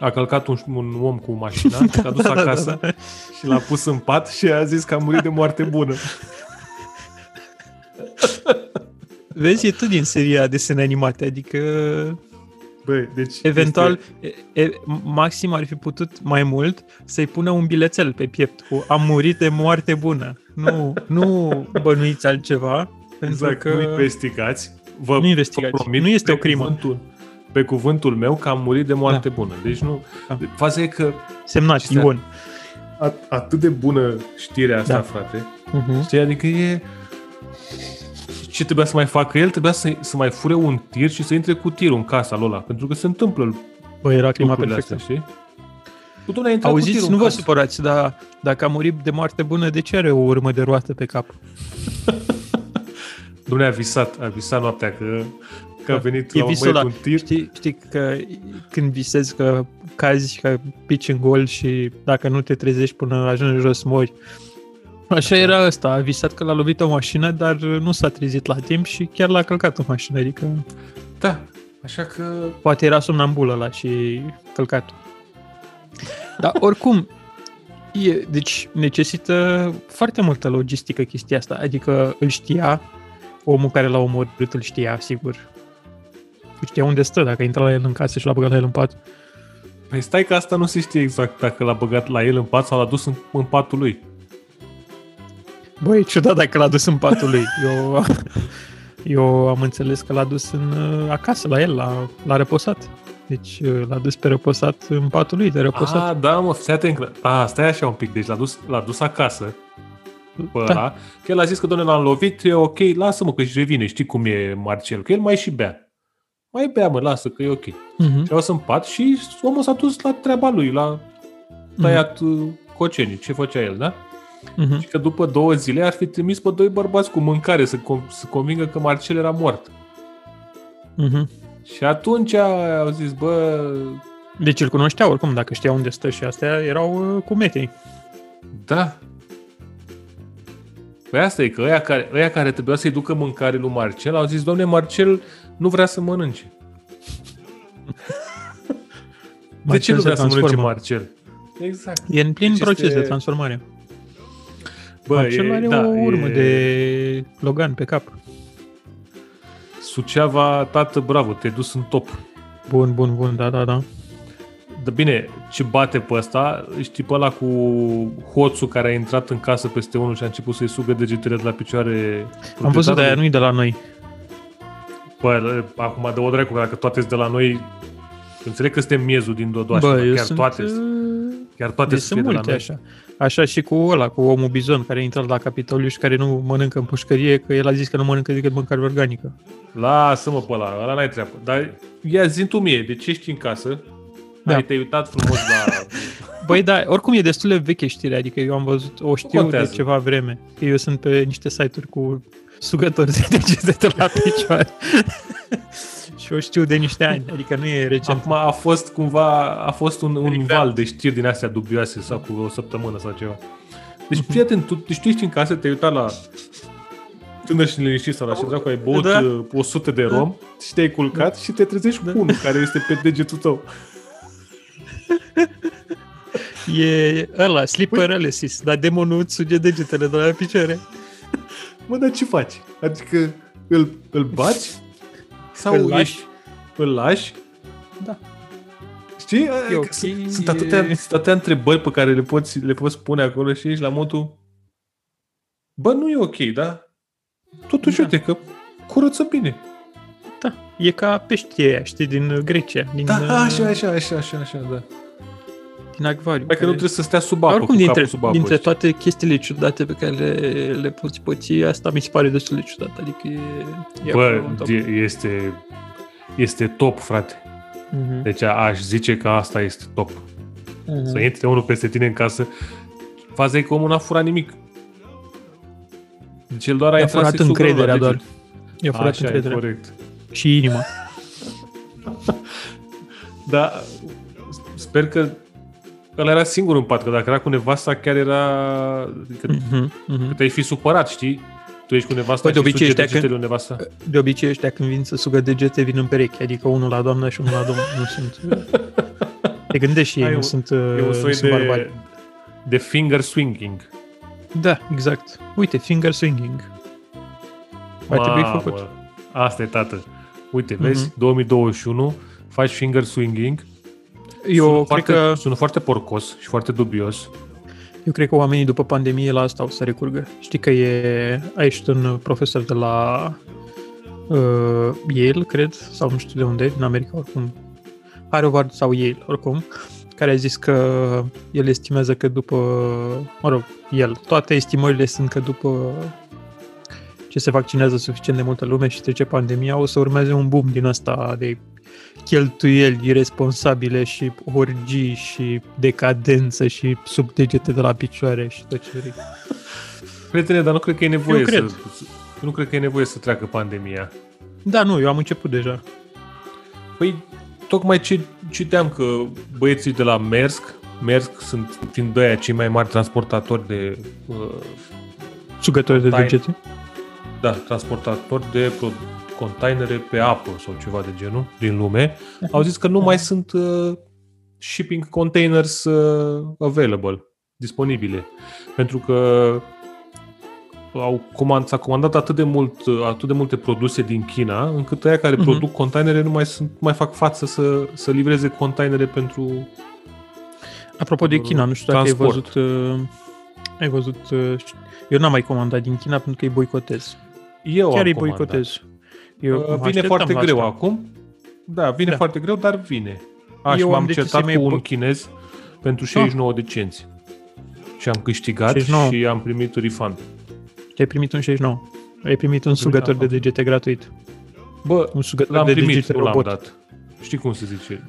a călcat un, un om cu mașina și l-a dus Da, da, da, acasă da. și l-a pus în pat și a zis că a murit de moarte bună. Vezi, e tot din seria desene animate, adică Băi, deci Eventual, este- e, e, Maxim ar fi putut mai mult să-i pună un bilețel pe piept cu am murit de moarte bună. Nu, nu bănuiți altceva, pentru exact, că... nu investigați. Vă, Nu investigați. vă promit Nu este pe o crimă. Cuvântul, pe cuvântul meu că am murit de moarte bună. Deci nu... Da. Faza e că Semnat, Acestea- Ion. at- atât de bună știrea asta, Da. frate, Uh-huh. Știi, adică e... Ce trebuia să mai facă el? Trebuia să, să mai fure un tir și să intre cu tirul în casa lui ăla. Pentru că se întâmplă Bă, era clima lucrurile perfectă. astea, știi? Cu domnule, a intrat Exact, cu Auziți, tirul nu în vă casă. supărați, dar dacă a murit de moarte bună, de ce are o urmă de roată pe cap? Domnule, a visat, a visat noaptea că, că a venit Da, E la un visul băiat ăla. cu un tir. Știi, știi că când visezi că cazi, că pici în gol și dacă nu te trezești până ajungi jos, mori. Așa era ăsta, a visat că l-a lovit o mașină, dar nu s-a trezit la timp și chiar l-a călcat o mașină, adică Da, așa că... poate era somnambulă la și călcat Dar oricum, e, deci necesită foarte multă logistică chestia asta, adică îl știa, omul care l-a omorât îl știa, sigur. Știa unde stă, dacă intra la el în casă și l-a băgat la el în pat. Păi stai că asta nu se știe exact dacă l-a băgat la el în pat sau l-a dus în, în patul lui. Băi, e ciudat dacă l-a dus în patul lui. Eu, eu am înțeles că l-a dus în, uh, acasă la el, la, la reposat. Deci uh, l-a dus pe reposat în patul lui de reposat. Ah, da, mă, stai atent. că- Ah, stai așa un pic. Deci l-a dus, l-a dus acasă pe Da. ăla, că el a zis că doamne l-am lovit, e ok, lasă-mă că își revine, știi cum e Marcel, că el mai și bea. Mai bea, mă, lasă, că e ok. Și Mhm, au în pat și omul s-a dus la treaba lui, la tăiat uh, cocenii, ce făcea el, da? mhm. Și că după două zile ar fi trimis pe doi bărbați cu mâncare să, com- să convingă că Marcel era mort. Mhm. Și atunci au zis, bă, Deci îl cunoștea oricum, dacă știa unde stă și astea erau uh, cu metei. Da. Păi asta e, că ăia care, ăia care trebuia să-i ducă mâncare lui Marcel au zis, domne, Marcel nu vrea să mănânce. De ce Marcel nu se vrea să mănânce transformă. Marcel? Exact. E în plin Deci proces este- de transformare. Bă, Marcel e, are da, o urmă e... de Logan pe cap. Suceava, tată, bravo, te-ai dus în top. Bun, bun, bun, da, da, da. Dar bine, ce bate pe ăsta, știi pe ăla cu hoțul care a intrat în casă peste unul și a început să-i sugă degetele de la picioare Am văzut, dar proprietarului? aia nu-i de la noi. Bă, acum de o dracu, că dacă toate sunt de la noi, Înțeleg că suntem miezul din Dodoașa, Bă, dar eu chiar sunt... toate, uh, chiar toate Deci sunt sunt de la multe noi. așa. Așa și cu ăla, cu omul bizon care intră la Capitoliu și care nu mănâncă în pușcărie, că el a zis că nu mănâncă decât mâncare organică. Lasă-mă pe ăla, ăla n-ai treabă. Dar ia zi tu mie, de ce ești în casă? Da. Da. Ai te uitat frumos la... Băi, da, oricum e destul de veche știrea, adică eu am văzut, o știu de contează. ceva vreme. Că eu sunt pe niște site-uri cu sugători de degete de la picioare. și o știu de niște ani, adică nu e recent. Acum a fost cumva, a fost un, un Exact. val de știri din astea dubioase sau cu o săptămână sau ceva. Deci, fii atent, tu, deci tu ești în casă, te-ai uitat la tânăr și liniștit sau la ședra cu ai băut Da. da. 100 de rom și te-ai culcat și te trezești cu unul care este pe degetul tău. E ăla, sleep Păi- paralysis, dar demonul îți suge degetele de la picioare. Mă, dar ce faci? Adică îl, îl baci? Sau Îl îl lași? lași? Îl lași? Da. Știi? E Adică ok. sunt, sunt, atâtea, sunt atâtea întrebări pe care le poți, le poți pune acolo și ești la modul Bă, nu e ok, da? Totuși, Da. da. uite că curăță bine. Da, e ca peștii ăia, știi, din Grecia, din, Da, uh, așa, așa, așa, așa, așa, da. din acvariu. Hai că care- nu trebuie să stea sub Dar apă, oricum, cu dintre, capul sub apă. dintre știi? toate chestiile ciudate pe care le, le poți păți, asta mi se pare destul de ciudat. Adică e... e acolo Bă, un top. e- este, este top, frate. Mhm. Deci aș zice că asta este top. Mhm. Să intre unul peste tine în casă. Faza e că omul n-a furat nimic. Deci el doar a I-a intrat furat sexual încrederea la doar. deget. I-a furat Așa e, încrederea. corect. Și inima. Dar Da, sper că ăla era singur în pat, că dacă era cu nevasta chiar era... Adică Mhm, mhm. te-ai fi supărat, știi? Tu ești cu nevasta Păi, de și obicei suge ăștia degetele când- lui nevasta. De obicei ăștia când vin să sugă degete vin în pereche, adică unul la doamnă și unul la domn. Nu sunt... uh, Te gândești și ei, Ai nu un- sunt, E un uh, nu soi sunt de, barbari. de finger swinging. Da, exact. Uite, finger swinging. Ar trebui Mamă, făcut. Asta e, tată. Uite, vezi, 2021, faci finger swinging, Eu sună cred foarte, că sună foarte porcos și foarte dubios. Eu cred că oamenii după pandemie la asta o să recurgă. Știi că e aici un profesor de la uh, Yale, cred, sau nu știu de unde, din America, oricum. Harvard sau Yale, oricum, care a zis că el estimează că după, mă rog, el, toate estimările sunt că după ce se vaccinează suficient de multă lume și trece pandemia, o să urmeze un boom din asta de cheltuieli irresponsabile și orgii și decadență și sub degete de la picioare și tot ce vrei. Prietene, dar nu cred că e nevoie Eu cred. să... Nu cred că e nevoie să treacă pandemia. Da, nu, eu am început deja. Păi, tocmai ce citeam că băieții de la Mersk, Mersk sunt fiind doi aia cei mai mari transportatori de uh, Sugători de Taie. degete. da, transportatori de pro- containere pe apă sau ceva de genul din lume, au zis că nu mai sunt uh, shipping containers uh, available, disponibile, pentru că au comand, s-a comandat atât de, mult, uh, atât de multe produse din China, încât aia care Mhm. produc containere nu mai, sunt, nu mai fac față să, să livreze containere pentru... Apropo de China, nu știu dacă ai Transport. văzut... Uh, ai văzut... Uh, eu n-am mai comandat din China pentru că îi boicotez. Eu Chiar am îi comandat. boicotez. Eu Eu mă vine așteptam foarte la greu asta. acum. Da, vine Da. foarte greu, dar vine. Aș, Eu am m-am decis certat să-mi cu iei un po- chinez Ah. pentru 69 de cenți. Și am câștigat 69. și am primit refund. Ai primit un 69. Ai primit un sugător de acum. degete gratuit. Bă, Un sugător l-am de primit, degete nu l-am robot. dat. Știi cum se zice?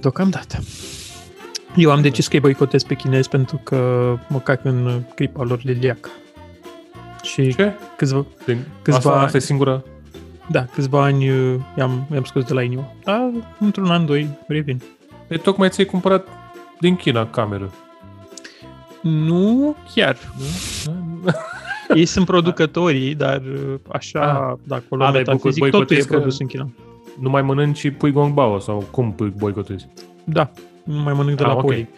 Deocamdată. Eu am decis că îi boicotez pe chinezi pentru că mă cac în clipa lor liliac. Și Ce? câțiva, Din- Câțiva- Asta, asta e singura? da, câțiva ani uh, i-am, i-am scos de la inimă. Dar într-un an, doi, revin. E Păi tocmai ți-ai cumpărat din China cameră. Nu chiar. Ei sunt producătorii, dar uh, așa, Ah. dacă acolo Ah, ah, dar ai metafizic, boicotezi totul e că- produs în China. Nu mai mănânci și pui gong bao sau cum pui boicotezi? Da, nu mai mănânc de Ah, la ok. poli.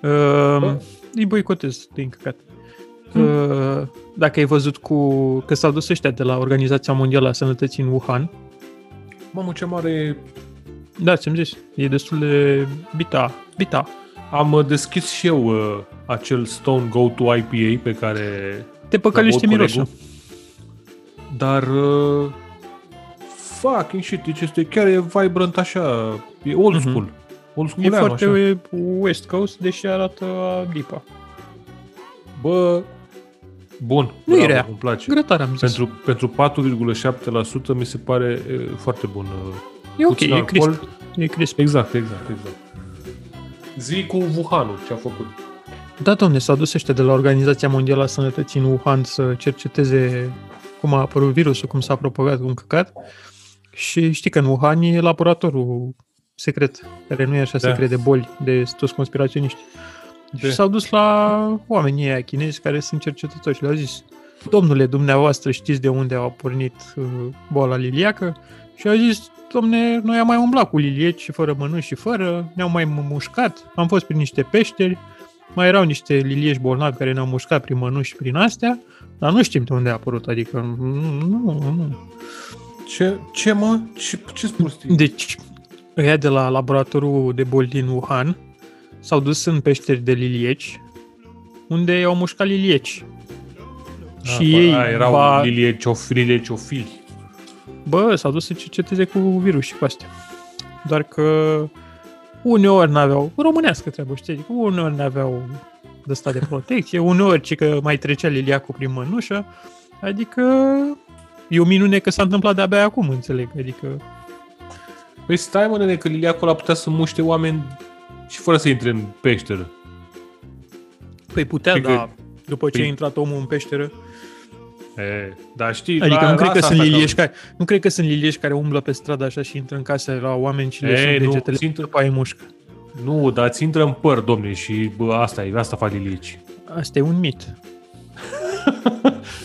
Bă. Uh, îi boicotez, din căcat. Uh, dacă ai văzut cu că s-au dus ăștia de la Organizația Mondială a Sănătății în Wuhan, Mamă, ce mare... da, ți-am zis, e destul de bita, bita. Am uh, deschis și eu uh, acel Stone Go to IPA pe care Te păcălește Avut mirosul. colegul. Dar uh, fucking shit, deci este chiar e vibrant așa, e old Mhm. school. Old E school foarte așa. West Coast, deși arată a Lipa. Bă, bun. Nu e bravo, rea. Îmi place. Grătar am zis. Pentru, pentru 4,7% mi se pare e, foarte bun. e, e ok, puțin e crisp. alcool. E crisp. Exact, exact, exact. Zi cu Wuhanul ce a făcut. Da, domne, s-a dus ăștia de la Organizația Mondială a Sănătății în Wuhan să cerceteze cum a apărut virusul, cum s-a propagat, cum căcat. Și știi că în Wuhan e laboratorul secret, care nu e așa Da. da. secret de boli, de toți conspiraționiști. Da. Și s-au dus la oamenii aia chinezi care sunt cercetători și le-au zis Domnule, dumneavoastră știți de unde a pornit uh, boala liliacă? Și au zis, domne, noi am mai umblat cu lilieci și fără mănuși și fără, ne-au mai mu- mușcat, am fost prin niște peșteri, mai erau niște lilieși bolnavi care ne-au mușcat prin mănuși și prin astea, dar nu știm de unde a apărut, adică nu, nu, nu. Ce, ce mă? Ce, ce prostii? Deci, ăia de la laboratorul de boli din Wuhan s-au dus în peșteri de lilieci, unde au mușcat lilieci. și ei, a, Da, Ah, erau ba, lilieciof- lilieciofili. bă, s-au dus să cerceteze cu virus și cu astea. Doar că uneori n-aveau, românească treabă, știi, adică uneori n-aveau de asta de protecție, uneori ci că mai trecea liliacul prin mănușă, adică e o minune că s-a întâmplat de-abia acum, înțeleg, adică Păi stai mă, nene, că liliacul a putea să muște oameni și fără să intre în peșteră. Păi putea, Cred că- dar după ce păi- a intrat omul în peșteră. E, dar știi, Adică la, nu cred la că asta sunt asta lilieși care, nu cred că sunt lilieși care umblă pe stradă așa și intră în casă la oameni și le Ei, sunt nu, degetele țintă- după aia îi mușcă. Nu, dar ți intră în păr, domne, și bă, asta e, asta fac lilieci. Asta e un mit.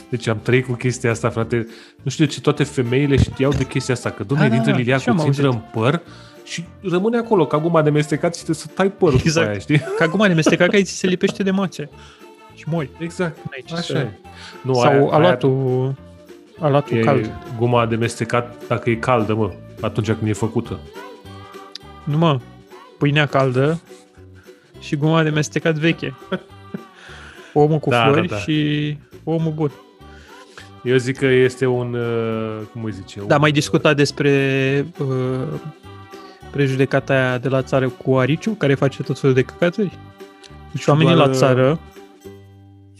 Deci am trăit cu chestia asta, frate. Nu știu de ce toate femeile știau de chestia asta, că domne, Da, da, intră da, și liliacul, am ți intră în auzit. păr și rămâne acolo, ca guma de mestecat și trebuie să tai părul exact. Exact. aia, știi? Ca acum ne mesteca că aici se lipește de mațe și mori. Exact, Aici așa să- e. Nu, Sau aia, aia alatul, alatul e cald. guma de mestecat dacă e caldă, mă, atunci când e făcută. Nu mă, pâinea caldă și guma de mestecat veche. Omul cu Da, da, flori da. și omul bun. Eu zic că este un, uh, cum îi zice? Da, un, mai discutat despre uh, prejudecata aia de la țară cu Ariciu, care face tot felul de căcaturi. Deci oamenii doar, uh, la țară,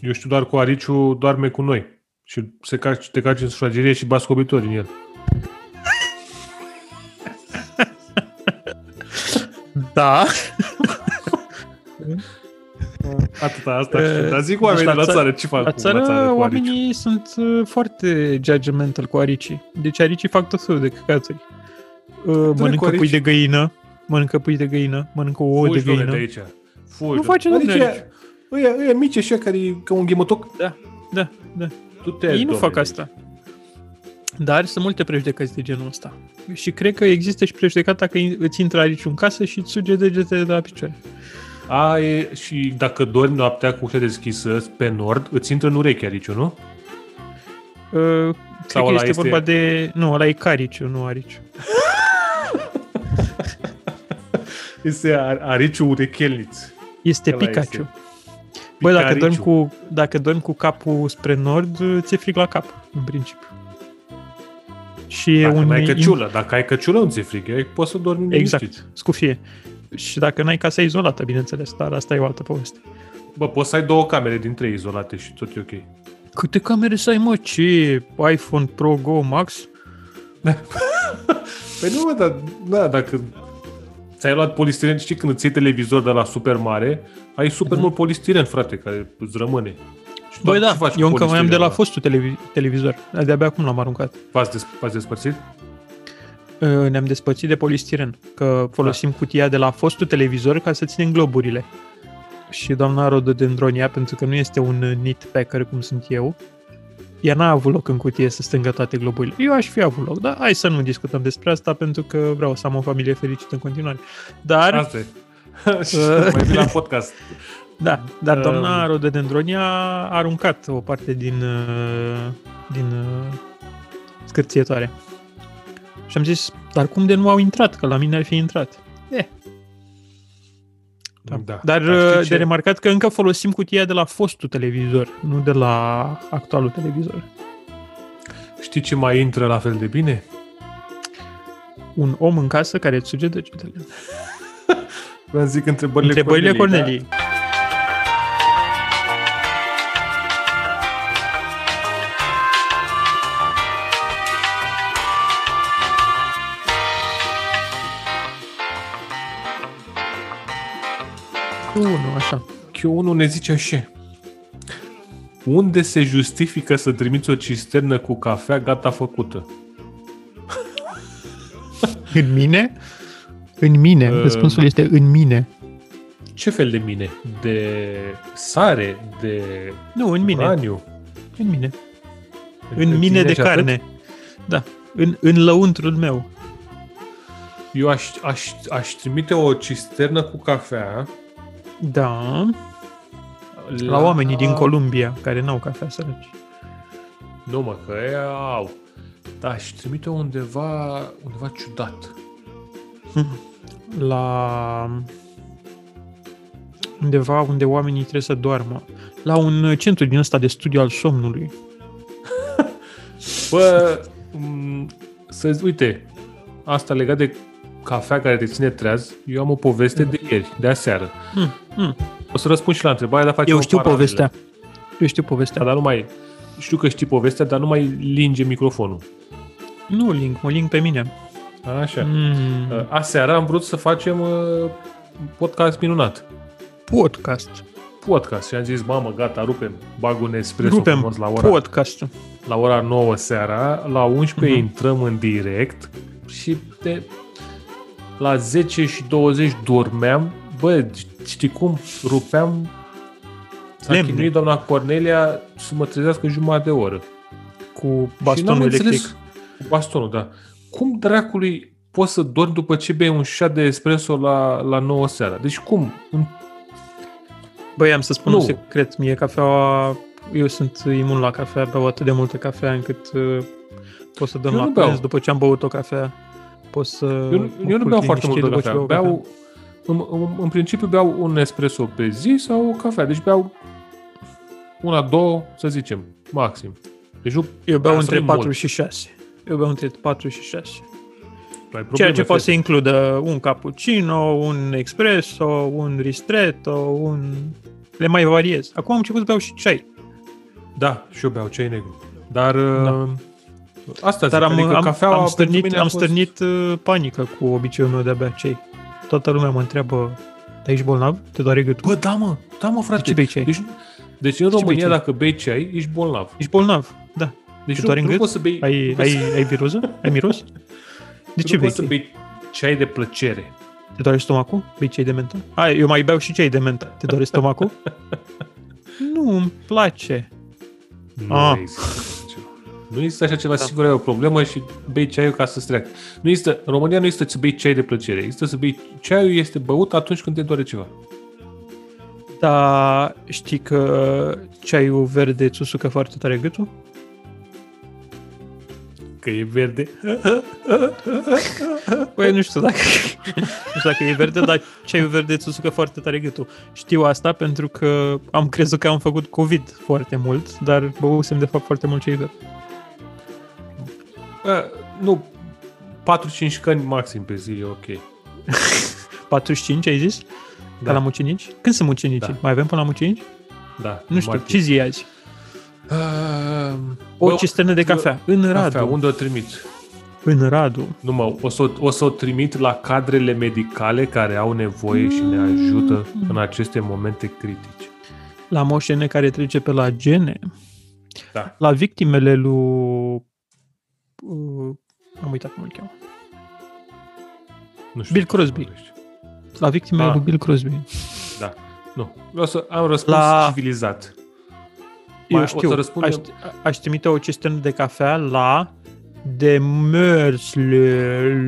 Eu știu doar cu Ariciu doarme cu noi și se caci, te caci în sufragerie și bați cobitori în el. da, Atâta asta. E, Dar zic deci oamenii la de la țară- țară, ce fac la cu- la țară țară cu Ariciu? oamenii sunt uh, foarte judgmental cu aricii. Deci aricii fac tot felul de căcaturi. Uh, mănâncă arici. pui de găină, mănâncă pui de găină, mănâncă ouă Fugi, de domne, găină. de aici. Fugi, Nu face domne. domne, Adică ăia, ăia mici așa care e ca un ghimotoc. Da, da, da. Tu te Ei nu domne, fac de- asta. Dar sunt multe prejudecăți de genul ăsta. Și cred că există și prejudecata că îți intră aici în casă și îți suge degetele de la picioare. Uh, A, e, și dacă dormi noaptea cu ușa deschisă pe nord, îți intră în ureche, Ariciu, nu? Uh, Sau cred că ăla este, este- vorba de... Nu, ăla e cariciu, nu ariciu. Este Ar- Ariciu urechelniț. Este Ăla este. Pikachu. Băi, dacă dormi, Picariu. cu, dacă dormi cu capul spre nord, ți-e frig la cap, în principiu. Și e Dacă un... nu ai căciulă, dacă ai căciulă nu ți frică, ai- poți să dormi Exact, liniștit. scufie. Și dacă n-ai casa izolată, bineînțeles, dar asta e o altă poveste. Bă, poți să ai două camere din trei izolate și tot e ok. Câte camere să ai, mă? Ce? iPhone Pro Go Max? Păi nu, mă, dar da, dacă ți-ai luat polistiren, știi când îți iei televizor de la super mare, ai super mult polistiren, frate, care îți rămâne. Și Mhm. Băi, tu da, ce faci cu eu încă mai am de la polistirenul fostul televi- televizor. De-abia acum l-am aruncat. ăla? V-ați, des- v-ați despărțit? Uh, Ne-am despățit de polistiren, că folosim da. cutia de la fostul televizor ca să ținem globurile. Și doamna rododendronia, pentru că nu este un uh, nitpacker cum sunt eu, ea n-a avut loc în cutie să stângă toate globurile. Eu aș fi avut loc, dar hai să nu discutăm despre asta, pentru că vreau să am o familie fericită în continuare. Dar... Asta e. și Uh. mai vii la podcast. Da, dar Um, doamna Rododendronia a aruncat o parte din, uh, din uh, scârțietoare. Și am zis, dar cum de nu au intrat? Că la mine ar fi intrat. Eh. Da. Da. Dar știi uh, ce? de remarcat că încă folosim cutia de la fostul televizor, nu de la actualul televizor. Știi ce mai intră la fel de bine? Un om în casă care îți suge degetele. Vreau să zic întrebările, Întrebările Corneliei. da? Corneliei. Unu, așa. Da? Q1 ne zice așa. Unde se justifică să trimiți o cisternă cu cafea gata făcută? În mine? În mine. Uh, Răspunsul este în mine. Ce fel de mine? De sare? De Nu, în mine. uraniu? În mine. În În mine tine de și atât? carne. Da. În, în lăuntrul meu. Eu aș, aș, aș trimite o cisternă cu cafea Da. La oamenii din Columbia, care n-au cafea săraci. Nu mă, că ea au. Da, aș trimite undeva, undeva ciudat. La... Undeva unde oamenii trebuie să doarmă. La un uh, centru din ăsta de studiu al somnului. Bă, m, să uite, asta legat de cafea care te ține treaz, eu am o poveste de ieri, de aseară. Hmm, hmm. O să răspund și la întrebare, dar facem Eu o știu paralelă. povestea. Eu știu povestea. Da, dar nu mai... Știu că știi povestea, dar nu mai linge microfonul. Nu link, mă link pe mine. Așa. Mm. Mm, Aseară am vrut să facem uh, un podcast minunat. podcast. Podcast. Și am zis, mamă, gata, rupem. Bag un espresso Rupem frumos la ora podcast. la ora 9 seara, la 11 mm-hmm. Mhm. intrăm în direct și de la 10 și 20 dormeam. Bă, știi cum? Rupeam S-a Lemne. chinuit doamna Cornelia să mă trezească jumătate de oră. Cu Și n-am bastonul electric. înțeles- Cu bastonul, da. Cum dracului poți să dormi după ce bei un șat de espresso la, la 9 seara? Deci cum? În Băi, am să spun Nu. un secret. Mie cafeaua... Eu sunt imun la cafea, beau atât de multă cafea încât uh, pot să dăm Eu la nu beau. prânz după ce am băut o cafea. Pot să... Eu, nu- eu nu beau foarte mult de cafea. Beau, în, în, în principiu beau un espresso pe zi sau o cafea. Deci beau una, două, să zicem, maxim. Deci nu Eu beau Asta e între mult. 4 și 6. Eu beau între 4 și 6. ai probleme. Ceea ce poate să frate. includă un cappuccino, un espresso, un ristretto, un... Le mai variez. Acum am început să beau și ceai. Da, și eu beau ceai negru. Dar da. asta Dar zic, am, adică am, cafeaua am pentru stârnit, mine a am fost- stârnit uh, panică cu obiceiul meu de a bea ceai. Toată lumea mă întreabă, "Dar ești bolnav? Te doare gâtul? Bă, da mă, da mă, frate. ce bei ceai? Deci, deci în bei România, ceai? dacă bei ceai, ești bolnav. Ești bolnav, da. Deci doare nu, în nu gât? poți să bei... Ai, ai, ai viruză? Ai miros? De nu ce bei? poți să ceai? bei ceai de plăcere. Te doare stomacul? Bei ceai de mentă? A, eu mai beau și ceai de mentă. Te doare stomacul? nu, îmi place. Nu Ah. există așa ceva. Nu există așa ceva, sigur e o problemă și bei ceaiul ca să-ți treacă. Nu există, în România nu există să bei ceai de plăcere. Există să bei ceaiul este băut atunci când te doare ceva. Dar știi că ceaiul verde îți usucă foarte tare gâtul? Că e verde. Păi nu știu dacă, nu știu dacă e verde, dar ceaiul verde îți usucă foarte tare gâtul. Știu asta pentru că am crezut că am făcut COVID foarte mult, dar băusem de fapt foarte mult ceai verde. Bă, nu, 4-5 căni maxim pe zi e ok. 45 ai zis? Da. Da. Ca la mucenici? Când sunt mucenicii? Da. Mai avem până la mucenici? Da, Nu știu, martie. ce zi e azi? Ah, O bă, cisternă de eu- cafea. În Cafea, Radu. unde o trimit? În Radu. Nu mă, o să, o să o trimit la cadrele medicale care au nevoie și ne ajută în aceste momente critice. La moșene care trece pe la gene. Da. La victimele lui... uh, Am uitat cum îl cheamă. Nu știu Bill Crosby. La victimele Ah. lui Bill Crosby. Da. Nu. Vreau să am răspuns la... La- civilizat. Mai- Eu o știu, să răspundem- aș, aș trimite o cisternă de cafea la de Mörslöl,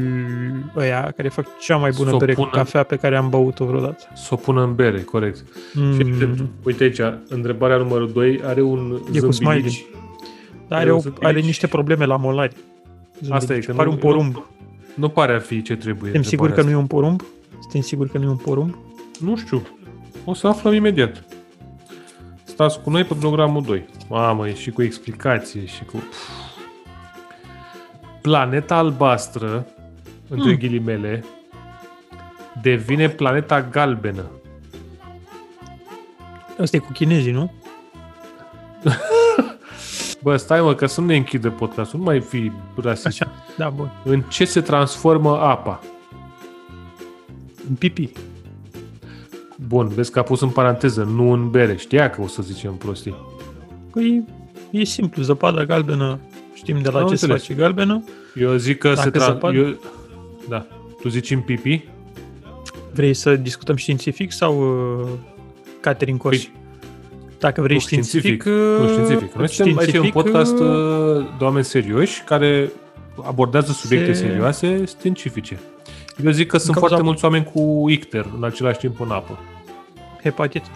ăia care fac cea mai bună S-o bere cu pună- cafea pe care am băut-o vreodată. Să o pună în bere, corect. Mm. Și, Mm. uite aici, întrebarea numărul 2 are un E cu zâmbinici. smiley. Dar are, o, Zâmbici. are niște probleme la molari. Asta e, Zâmbici. că nu- Pare un porumb. Nu pare a fi ce trebuie. Suntem siguri că nu întrebarea e un porumb? Suntem siguri că nu e un porumb? asta. Nu știu. O să aflăm imediat. Stați cu noi pe programul 2. Mamă, e și cu explicație și cu... Planeta albastră, între mm. ghilimele, devine planeta galbenă. Asta e cu chinezii, nu? Bă, stai mă, că să nu ne închide podcastul, nu mai fi rasist. Așa. Da, bun. În ce se transformă apa? În pipi. Bun, vezi că a pus în paranteză, nu în bere. Știa că o să zicem prostii. Păi e simplu, zăpada galbenă, știm de la Am ce se înțeles. face galbenă. Eu zic că Dacă se tra- zăpadă. eu... Da. Tu zici în pipi? Vrei să discutăm științific sau uh, Caterin Coș? Păi, Dacă vrei nu științific... Nu uh, științific. Noi suntem aici un științific, podcast uh, uh, de oameni serioși care abordează subiecte Se- serioase științifice. Eu zic că sunt cauza- foarte mulți oameni cu icter în același timp în apă. Hepatită.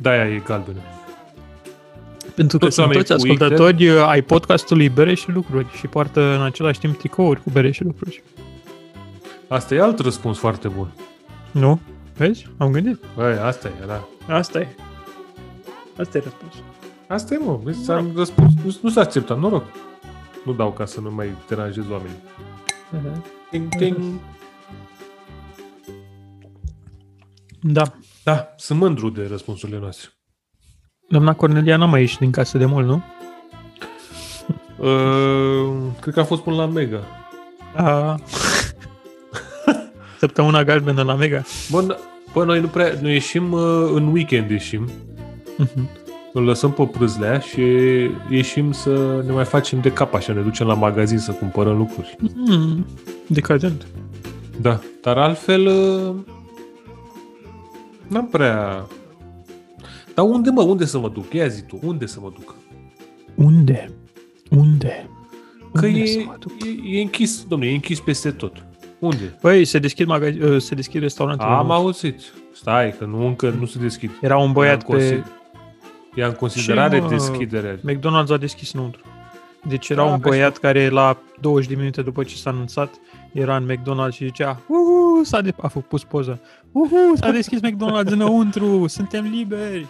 De-aia e galbenă. Pentru că Toți sunt oamenii toți cu icter. ascultători uh, ai podcastului Bere și Lucruri și poartă în același timp tricouri cu Bere și Lucruri. Asta e alt răspuns foarte bun. Nu? Vezi? Am gândit. Băi, asta e, da. Asta e. Asta e răspunsul. Asta e, mă. Vezi, am răspuns. Nu, nu s-a acceptat, noroc. Nu dau ca să nu mai deranjez oamenii. Ting, ting. Da. Da, sunt mândru de răspunsurile noastre. Doamna Cornelia n-a mai ieșit din casă de mult, nu? Uh, cred că a fost până la Mega. Da. Săptămâna galbenă la Mega. Bă, n- bă noi nu prea... Noi ieșim uh, în weekend, ieșim. Mhm. Îl lăsăm pe prâzlea și ieșim să ne mai facem de cap așa. Ne ducem la magazin să cumpărăm lucruri. Mm, Decadent. Da, dar altfel... uh, N-am prea... Dar unde, mă? Unde să mă duc? Ia zi tu, unde să mă duc? Unde? Unde? Că Unde e, să mă duc? e, e închis, domnule, e închis peste tot. Unde? Băi, se deschid, magaz- uh, se deschid restaurantele. Am auzit. Stai, că nu încă nu se deschid. Era un băiat Ia în pe consi- Ia în considerare Ce, mă? deschiderea. McDonald's a deschis înăuntru. Deci era Da, un că băiat care la 20 de minute după ce s-a anunțat era în McDonald's și zicea Uhu, s-a de- a făcut pus poză. Uhu, s-a deschis McDonald's înăuntru, suntem liberi.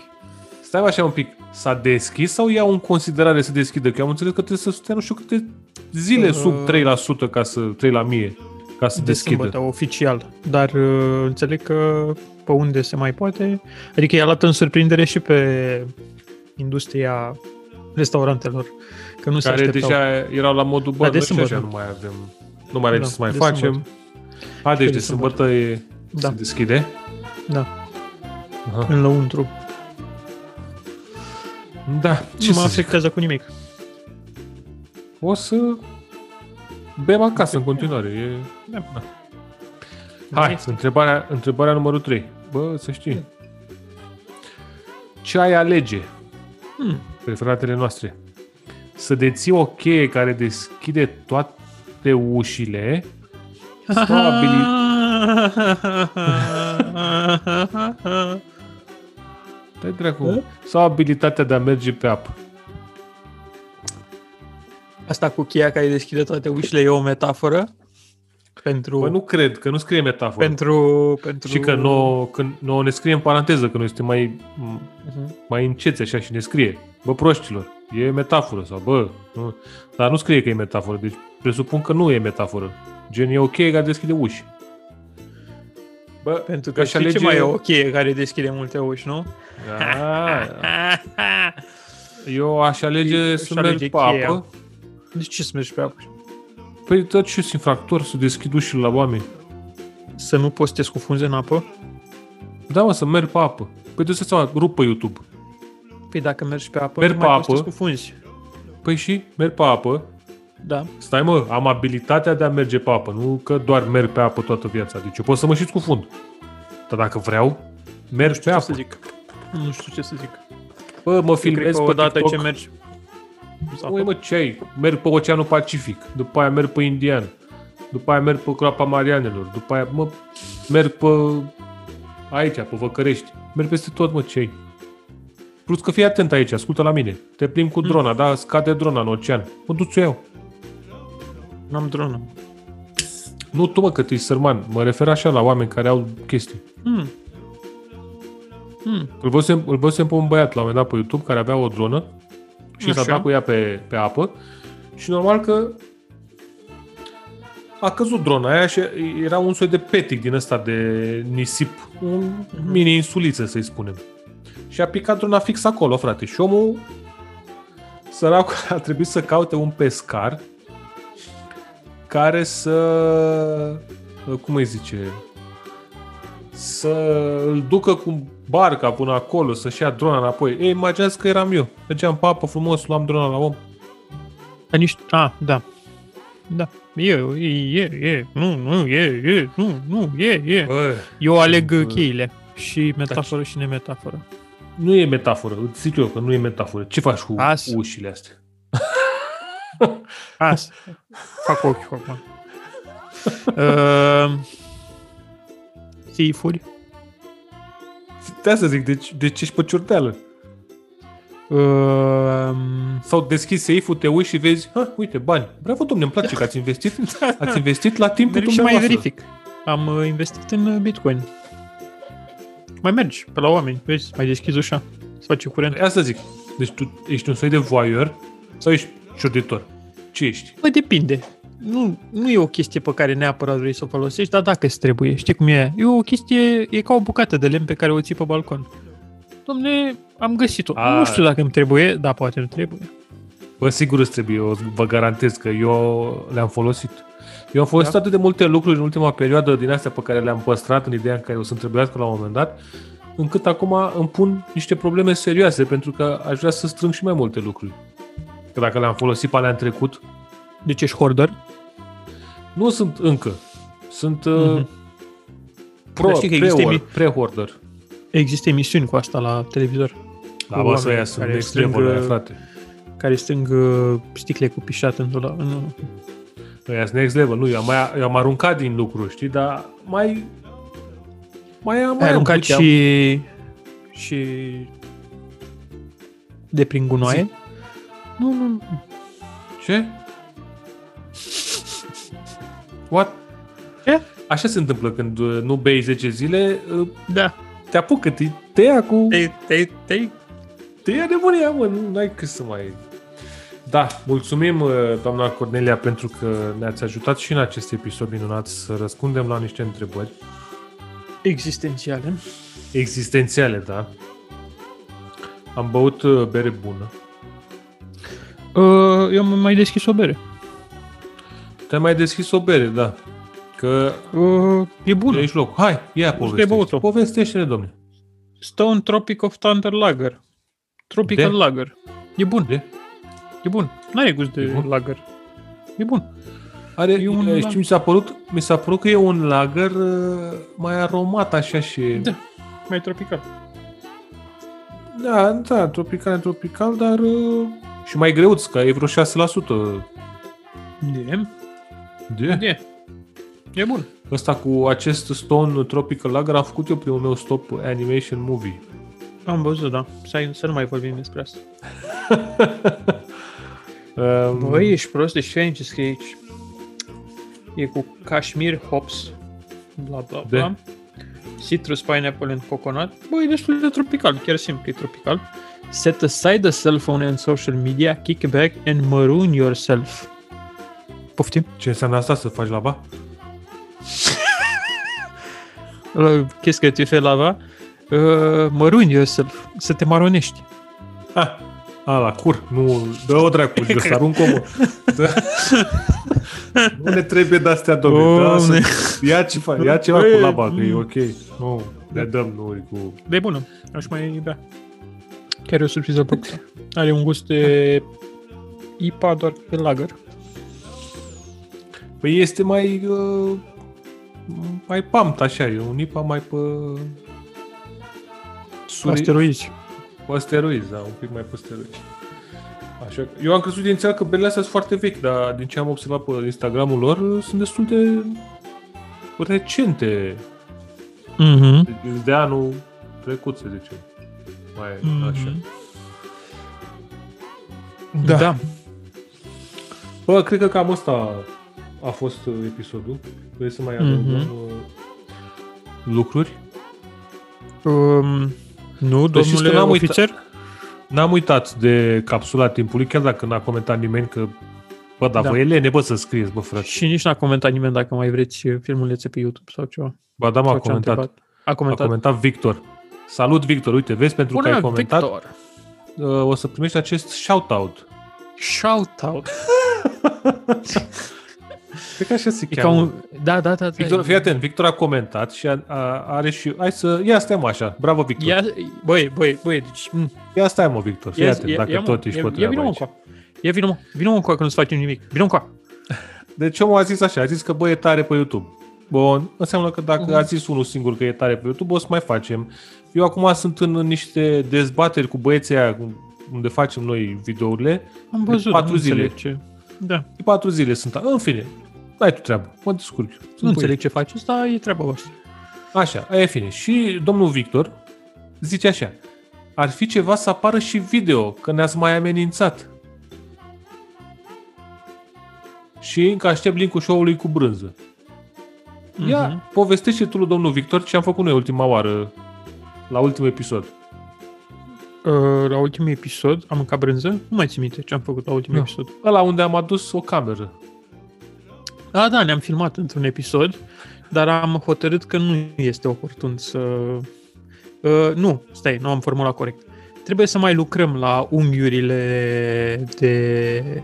Stai așa un pic. S-a deschis sau iau în considerare să deschidă? Că eu am înțeles că trebuie să stea nu știu câte zile Uh, sub 3% ca să 3 la mie ca să De deschidă. sâmbătă, oficial. Dar uh, înțeleg că pe unde se mai poate. Adică i-a luat în surprindere și pe industria restaurantelor. Că nu se Care așteptau. deja erau la modul bă, Dar de noi și așa sâmbătă. nu mai avem. Nu mai avem Da, ce să mai de facem. sâmbătă. A, deci de de sâmbătă. sâmbătă e, Da. se deschide. Da, Aha. înăuntru. Da, ce nu mă să zic? afectează cu nimic. O să bem acasă în continuare. E... Da. Hai, întrebarea, întrebarea numărul 3. Bă, să știi. Ce ai alege? Hmm. Preferatele noastre. Să deții o cheie care deschide toate ușile sau, abili- Dai Da? dracu. sau abilitatea de a merge pe apă. Asta cu cheia care deschide toate ușile e o metaforă pentru... Bă, nu cred, că nu scrie metaforă. pentru, pentru... Și că nouă, că nouă ne scrie în paranteză, că noi suntem mai, Mhm. mai înceți așa și ne scrie. Bă, proștilor, e metaforă sau bă, nu. Dar nu scrie că e metaforă, deci presupun că nu e metaforă. Gen, e ok care deschide uși. Bă, Pentru că știi alege... ce mai e o cheie care deschide multe uși, nu? A, Da. eu aș alege Își să alege merg pe cheia. apă. De ce să mergi pe apă? Păi, tot ce sunt infractor să deschid ușile la oameni. Să nu poți să te scufunzi în apă? Da, mă, să merg pe apă. Păi, de să seama, rup pe YouTube. Păi dacă mergi pe apă, Merg nu pe mai poți să te apă. scufunzi. Păi și merg pe apă, Da. Stai mă, am abilitatea de a merge pe apă, nu că doar merg pe apă toată viața. Deci eu pot să mă și scufund. Dar dacă vreau, merg pe Ce să apă. zic? Nu știu ce să zic. Bă, mă Eu cred filmez că pe odată TikTok. ce mergi... Păi, Sau- Ui, mă, ce ai? Merg pe Oceanul Pacific, după aia merg pe Indian, după aia merg pe Groapa Marianelor, după aia mă, merg pe aici, pe Văcărești. Merg peste tot, mă, ce ai? Plus că fii atent aici, ascultă la mine. Te plimbi cu drona, da? Scade drona în ocean. Mă duc să o iau. N-am dronă. Nu tu, mă, că tu ești sărman. Mă refer așa la oameni care au chestii. Hmm. Hmm. Îl văzusem, îl văzusem pe un băiat la un moment dat pe YouTube care avea o dronă și s-a Așa. dat cu ea pe, pe apă și normal că a căzut drona aia și era un soi de petic din ăsta de nisip, un mini-insuliță, să-i spunem. Și a picat drona fix acolo, frate. Și omul, săracul, a trebuit să caute un pescar care să, cum îi zice, să îl ducă cu barca până acolo, să-și ia drona înapoi. Ei, imaginează că eram eu. Mergeam pe apă frumos, luam drona la om. Dar nici... A, da. Da. Eu, e, e, e, nu, nu, e, e, nu, nu, e, e. Bă, Eu aleg bă. uh, cheile. Și metaforă și nemetaforă. nu e metaforă, îți zic eu că nu e metaforă. Ce faci cu As. ușile astea? Asta. Fac ochi acum. Uh, Seifuri. De asta zic, deci, deci ești pe ciurteală. Uh, Sau deschis seiful, te uiți și vezi, ha, uite, bani. Bravo, domne, îmi place că ați investit. Ați investit la timpul Merg și mai Deci dumneavoastră. verific. Am uh, investit în uh, Bitcoin. Mai mergi pe la oameni, vezi, mai deschizi ușa, îți face curent. Asta zic. Deci tu ești un soi de voyeur sau ești ciurditor? Ce ești? Bă, depinde. Nu, nu e o chestie pe care neapărat vrei să o folosești, dar dacă îți trebuie, știi cum e? E o chestie, e ca o bucată de lemn pe care o ții pe balcon. Domne, am găsit-o. A. Nu știu dacă îmi trebuie, dar poate îmi trebuie. Bă, sigur îți trebuie, eu vă garantez că eu le-am folosit. Eu am folosit da. atât de multe lucruri în ultima perioadă din astea pe care le-am păstrat în ideea în care o să întrebească la un moment dat, încât acum îmi pun niște probleme serioase, pentru că aș vrea să strâng și mai multe lucruri. Că dacă le-am folosit pe alea în trecut, Deci ești hoarder? nu sunt încă. Sunt uh, pro, Dar Mhm. știi că există pre-or- imi- pre-hoarder. Există emisiuni cu asta la televizor. Da, Cu bă, oameni să iasă care sunt extrem, strâng, bă, uh, frate. Care strâng uh, sticle cu pișat în, dola, în Ăia sunt next level, nu, eu am, mai, eu am aruncat din lucru, știi, dar mai... Mai am Ai mai aruncat uite, am- și... și... De prin gunoaie? Zi. Nu, nu, nu. Ce? What? Ce? Așa se întâmplă când uh, nu bei 10 zile, uh, Da. te apucă, te, te ia cu... Te, te, te. Te ia nebunia, mă, nu n-ai cât să mai... Da, mulțumim, uh, doamna Cornelia, pentru că ne-ați ajutat și în acest episod minunat să răspundem la niște întrebări Existențiale. existențiale, da? Am băut uh, bere bună. Uh, eu am mai deschis o bere. Te-ai mai deschis o bere, da. Că Uh, e bună. ești loc. Hai, ia băut-o. povestește. Povestește-ne, domne. Stone Tropic of Thunder Lager. Tropical De? Lager. E bun, De? e bun. N-are gust de E bun? lager. E bun. Are, E e un un lag- știi, mi s-a părut, mi s-a părut că e un lager uh, mai aromat așa și... Da. Mai tropical. da, da tropical, tropical, dar... uh, Și mai greuț, că e vreo 6%. E, De? e. E bun. Ăsta cu acest Stone Tropical Lager am făcut eu primul meu stop animation movie. Am văzut, da. Să, să nu mai vorbim despre asta. Um, Bă, ești prost, deci fii ce scrie aici. E cu Kashmir Hops, bla bla De? bla. Citrus, pineapple and coconut. Bă, e destul de tropical, chiar simplu e tropical. Set aside the cell phone and social media, kick back and maroon yourself. Poftim? Ce înseamnă asta să faci la ba? Uh, Qu'est-ce que tu fais là-bas? Uh, maroon yourself, să te maronești. Ah, a, la cur. Nu, dă-o dracu, jos, arunc omul. Dă- nu ne trebuie de-astea, domnule. Da, Doamne. să- ia, ceva, ia ceva cu Băi, laba, că e mm. ok. Nu, ne dăm noi cu... De bună, aș mai da. bea. Chiar e o surpriză plăcută. Are un gust de IPA, doar de lager. Păi este mai... Uh, mai pamt, așa, e un IPA mai pe... Suri... Asteroizi. Pe steroizi, da, un pic mai pe steroizi. Așa, că- eu am crezut inițial că berile astea sunt foarte vechi, dar din ce am observat pe Instagramul lor, sunt destul de recente Mhm. de, de anul trecut, să zicem. Mai mm-hmm. așa. Da. da. Bă, cred că cam asta a fost uh, episodul. Vrei să mai adăugăm mm-hmm. lucruri? Um, nu, Deci știți domnule că n-am uitat- ofițer? N-am uitat de capsula timpului, chiar dacă n-a comentat nimeni că Bă, dar Da. da. vă e lene, bă, să scrieți, bă, frate. Și nici n-a comentat nimeni dacă mai vreți filmulețe pe YouTube sau ceva. Ba, da, m-a Sau ce am comentat. întrebat. A A comentat. comentat Victor. Salut, Victor. Uite, vezi, pentru că ai Bună, comentat, Victor! uh, o să primești acest shout-out. Shout-out! Cred că așa se E ca un... Da, da, da. da. Victor, fii atent, Victor a comentat și a, a, are și... Hai să... Ia stai mă așa. Bravo, Victor. Ia, Ia, băi, băi, băi, deci... mm, ia stai mă, Victor. Fii ia- atent, ia- dacă ia, mă, tot ești ia- pe Ia treabă vină mă aici. încoa. Ia vină mă, vină mă încoa că nu-ți facem nimic. Vină încoa. Deci omul a zis așa, a zis că bă, e tare pe YouTube. Bun, înseamnă că dacă a zis unul singur că e tare pe YouTube, o să mai facem. Eu acum sunt în niște dezbateri cu băieții aia unde facem noi videourile. Am văzut, patru nu zile. înțeleg ce... Da, De patru zile sunt. În fine, ai tu treabă, mă descurc. eu. Sunt nu băiat. înțeleg ce faceți, dar e treaba voastră. Așa, aia e fine. Și domnul Victor zice așa. Ar fi ceva să apară și video, că ne-ați mai amenințat. Și încă aștept linkul show-ului cu brânză. Ia, Mhm. povestește tu lui domnul Victor ce am făcut noi ultima oară, la ultimul episod. Uh, La ultimul episod am mâncat brânză. Nu mai țin minte ce am făcut la ultimul Da. episod. Ăla unde am adus o cameră. Da, da, ne-am filmat într-un episod, dar am hotărât că nu este oportun să... Uh, nu, stai, nu am formulat corect. Trebuie să mai lucrăm la unghiurile de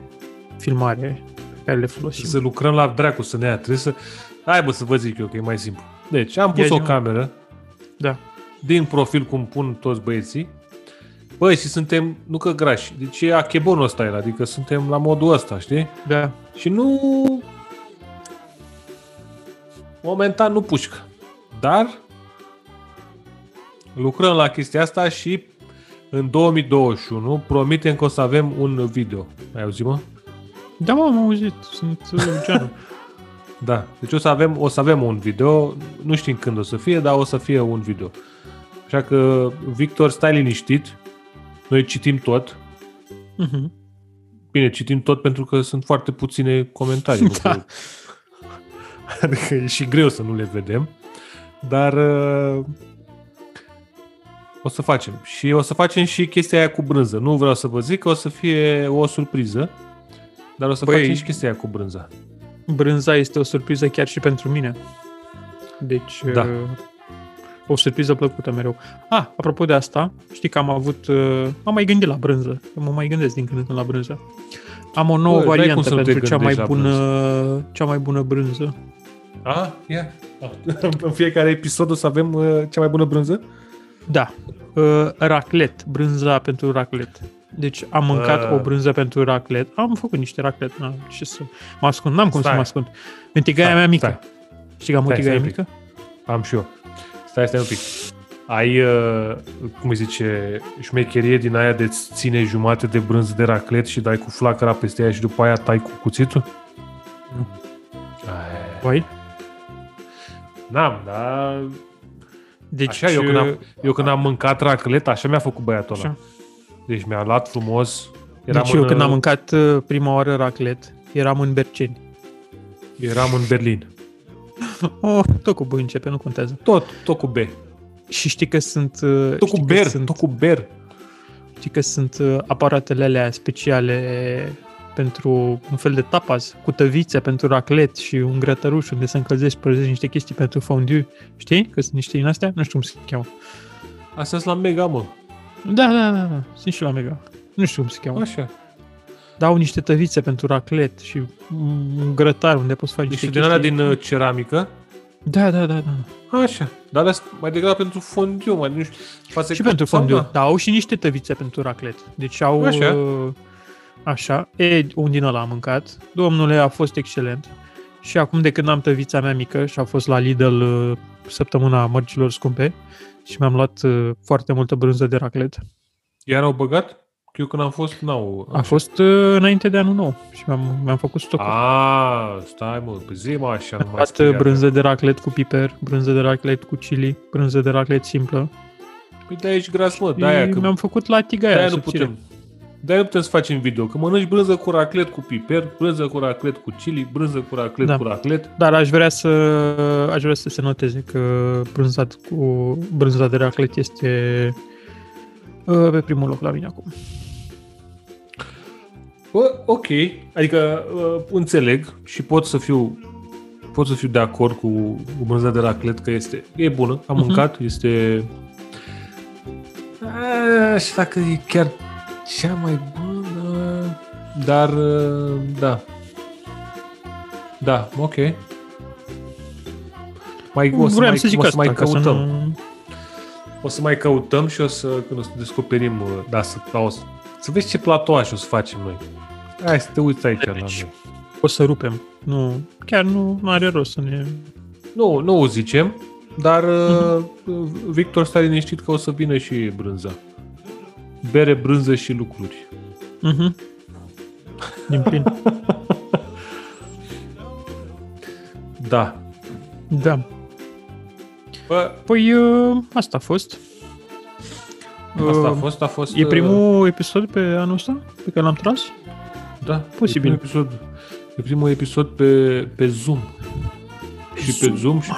filmare pe care le Și folosim. să lucrăm la dracu să ne ia. Trebuie să... Hai bă să vă zic eu că e mai simplu. Deci am pus Ia o zi-mă. cameră Da. din profil cum pun toți băieții. Băi, și suntem, nu că grași, deci e achebonul ăsta el, adică suntem la modul ăsta, știi? Da. Și nu... Momentan nu pușcă. Dar lucrăm la chestia asta și în 2021 promitem că o să avem un video. Ai auzit, mă? Da, mă, am auzit. Sunt uh, Geanu. Da, deci o să avem, o să avem un video, nu știm când o să fie, dar o să fie un video. Așa că, Victor, stai liniștit, noi citim tot. Mhm. Bine, citim tot pentru că sunt foarte puține comentarii. nu Da. că- Adică e și greu să nu le vedem, dar uh, o să facem. Și o să facem și chestia aia cu brânză. Nu vreau să vă zic că o să fie o surpriză, dar o să Băi- facem și chestia aia cu brânza. Brânza este o surpriză chiar și pentru mine. Deci, Da. uh, o surpriză plăcută mereu. Ah, apropo de asta, știi că am avut... uh, Am mai gândit la brânză. Mă mai gândesc din când în când la brânză. Am o nouă Bă, n-ai cum variantă să nu te pentru cea mai, gândești la bună, cea mai bună brânză. A, ia. În fiecare episod o să avem uh, cea mai bună brânză? Da. Uh, raclet. Brânza pentru raclet. Deci am mâncat Bă. o brânză pentru raclet. Am făcut niște raclet. N-am ce să mă ascund. N-am cum să Stai. mă ascund. În tigaia Stai, mea mică. stai. Știi că am o Stai, tigaie stai un mică? pic. Am și eu. Stai, stai un pic. Ai, uh, cum îi zice, șmecherie din aia de ți ține jumate de brânză de raclet și dai cu flacăra peste ea și după aia tai cu cuțitul? Nu. Ai, Vai. N-am, dar... Deci, Așa, eu când, am, eu când am mâncat raclet, așa mi-a făcut băiatul ăla. Așa. Deci mi-a luat frumos. Eram deci eu când am mâncat uh, prima oară raclet, eram în Berceni. eram în Berlin. Oh, tot cu B începe, nu contează. Tot, tot cu B. Și știi că sunt... uh, Tot știi cu că ber, sunt, tot cu ber. Știi că sunt uh, aparatele alea speciale pentru un fel de tapas, cu tăvițe pentru raclet și un grătăruș unde să încălzești, pălzești niște chestii pentru fondue. Știi? Că sunt niște din astea? Nu știu cum se cheamă. Asta la mega, mă. Da, da, da, da. Sunt și la Mega. Nu știu cum se cheamă. Așa. Dau niște tăvițe pentru raclet și un grătar unde poți face Deci niște din alea din uh, ceramică. Da, da, da, da. Așa. Dar alea sunt mai degrabă pentru fondiu, mai nu știu. Față Și că- pentru sau fondue. da. Da, au și niște tăvițe pentru raclet. Deci au... Așa. uh, Așa. E, un din ăla am mâncat. Domnule, a fost excelent. Și acum de când am tăvița mea mică și a fost la Lidl uh, săptămâna mărcilor scumpe și mi-am luat uh, foarte multă brânză de raclet. Iar au băgat? Că eu când am fost, n-au... A fost uh, înainte de anul nou și mi-am, mi-am făcut Ah, stocul. Am A, stai mă, pe zi mă așa, nu mai luat scrie uh, brânză de raclet cu piper, brânză de raclet cu chili, brânză de raclet simplă. așa. Păi de-aia ești gras, mă, Da, de-aia, și că, mi-am făcut la tigaia de-aia nu subțire. putem. De-aia nu putem să facem video, că mănânci brânză cu raclet cu piper, brânză cu raclet cu chili, brânză cu raclet Da. cu raclet. Dar aș vrea să aș vrea să se noteze că brânzat cu brânza de raclet este uh, pe primul loc la mine acum. Bă, ok, adică uh, înțeleg și pot să fiu pot să fiu de acord cu brânza de raclet că este e bună, am Mhm. uh-huh. mâncat, este a, și dacă e chiar cea mai bună, dar uh, da. Da, ok. Mai, o să Vreau mai, să zic o să asta, mai ca să căutăm. nu- O să mai căutăm și o să, când o să descoperim, uh, da, să, da, o să, să vezi ce platoaș o să facem noi. Hai să te uiți aici la Deci- noi. O să rupem. Nu, chiar nu nu are rost să ne... Nu, nu o zicem, dar uh, Victor stai liniștit că o să vină și brânza. Bere, brânză și lucruri. Mhm. Din plin. Da. Da. Bă, Păi uh, asta a fost. asta a Uh, fost, a fost... E uh, primul episod pe anul ăsta pe care l-am tras? Da, posibil. E primul episod, e primul episod pe, pe Zoom. și pe Zoom și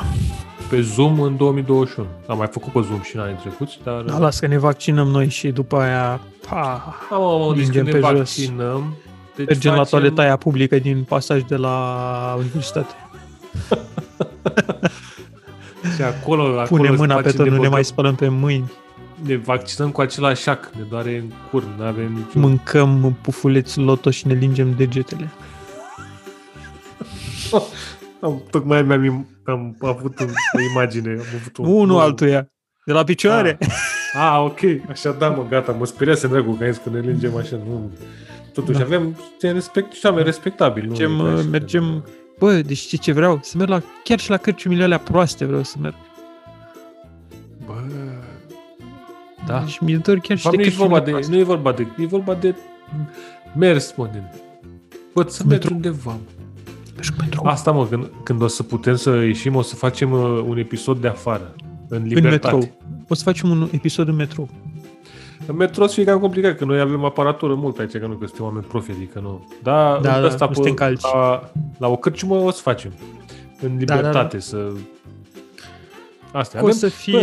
pe Zoom în 2021. Am mai făcut pe Zoom și în anii trecuți, dar... uh, Da, las că ne vaccinăm noi și după aia pa, Da, mă, mă, deci Mingem când ne pe jos. vaccinăm... Deci mergem la facem- toaleta aia publică din pasaj de la universitate. Și acolo, acolo Punem se mâna pe face tot, nu ne băgăm- mai spălăm pe mâini. Ne vaccinăm cu același șac, ne doare în cur, nu avem niciun... Mâncăm pufuleți loto și ne lingem degetele. Am, tocmai mi-am am, am avut un, o imagine. Am avut un, Unul altuia. De la picioare. A, ah, ok. Așa, da, mă, gata. Mă speriase dragul că ai zis că ne lingem așa. Nu. Totuși, da. avem suntem respect, și oameni respectabili. nu Mergem, e ca uh, și- mergem... Bă, deci știi ce vreau? Să merg la, chiar și la cărciumile alea proaste vreau să merg. Bă... Da. Și Deci mi-e dor chiar și Fapt, nu, de e vorba cărciumile de, proaste. nu e vorba de... E vorba de mers, mă, din... Bă, să mergi undeva. Merg pentru Asta, mă, când, când o să putem să ieșim, o să facem uh, un episod de afară. În în libertate. metrou. O să facem un episod în metrou. În metro și e cam complicat, că noi avem aparatură mult pe aici, că nu, că suntem oameni profi, adică nu. Da, Da, în da, ăsta nu suntem calci. la, la o cărciumă o să facem. În Da, da, da. libertate să... Astea O avem. să fie...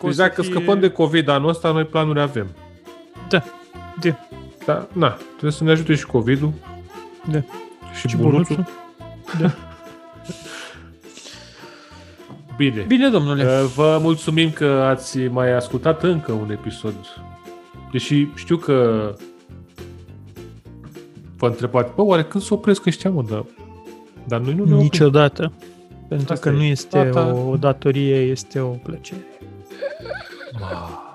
o Deci să dacă fie- scăpăm de COVID anul ăsta, noi planuri avem. Da, da, Dar, na, trebuie să ne ajute și COVID-ul da. și, Și și bunuțul. bunuțul. Bine. Bine, domnule. Uh, Vă mulțumim că ați mai ascultat încă un episod. Deși știu că vă întrebați, bă, oare când se opresc ăștia, mă, dar, dar noi nu ne oprim. Niciodată. Pentru Asta că e. nu este Tata. o datorie, este o plăcere. Ma.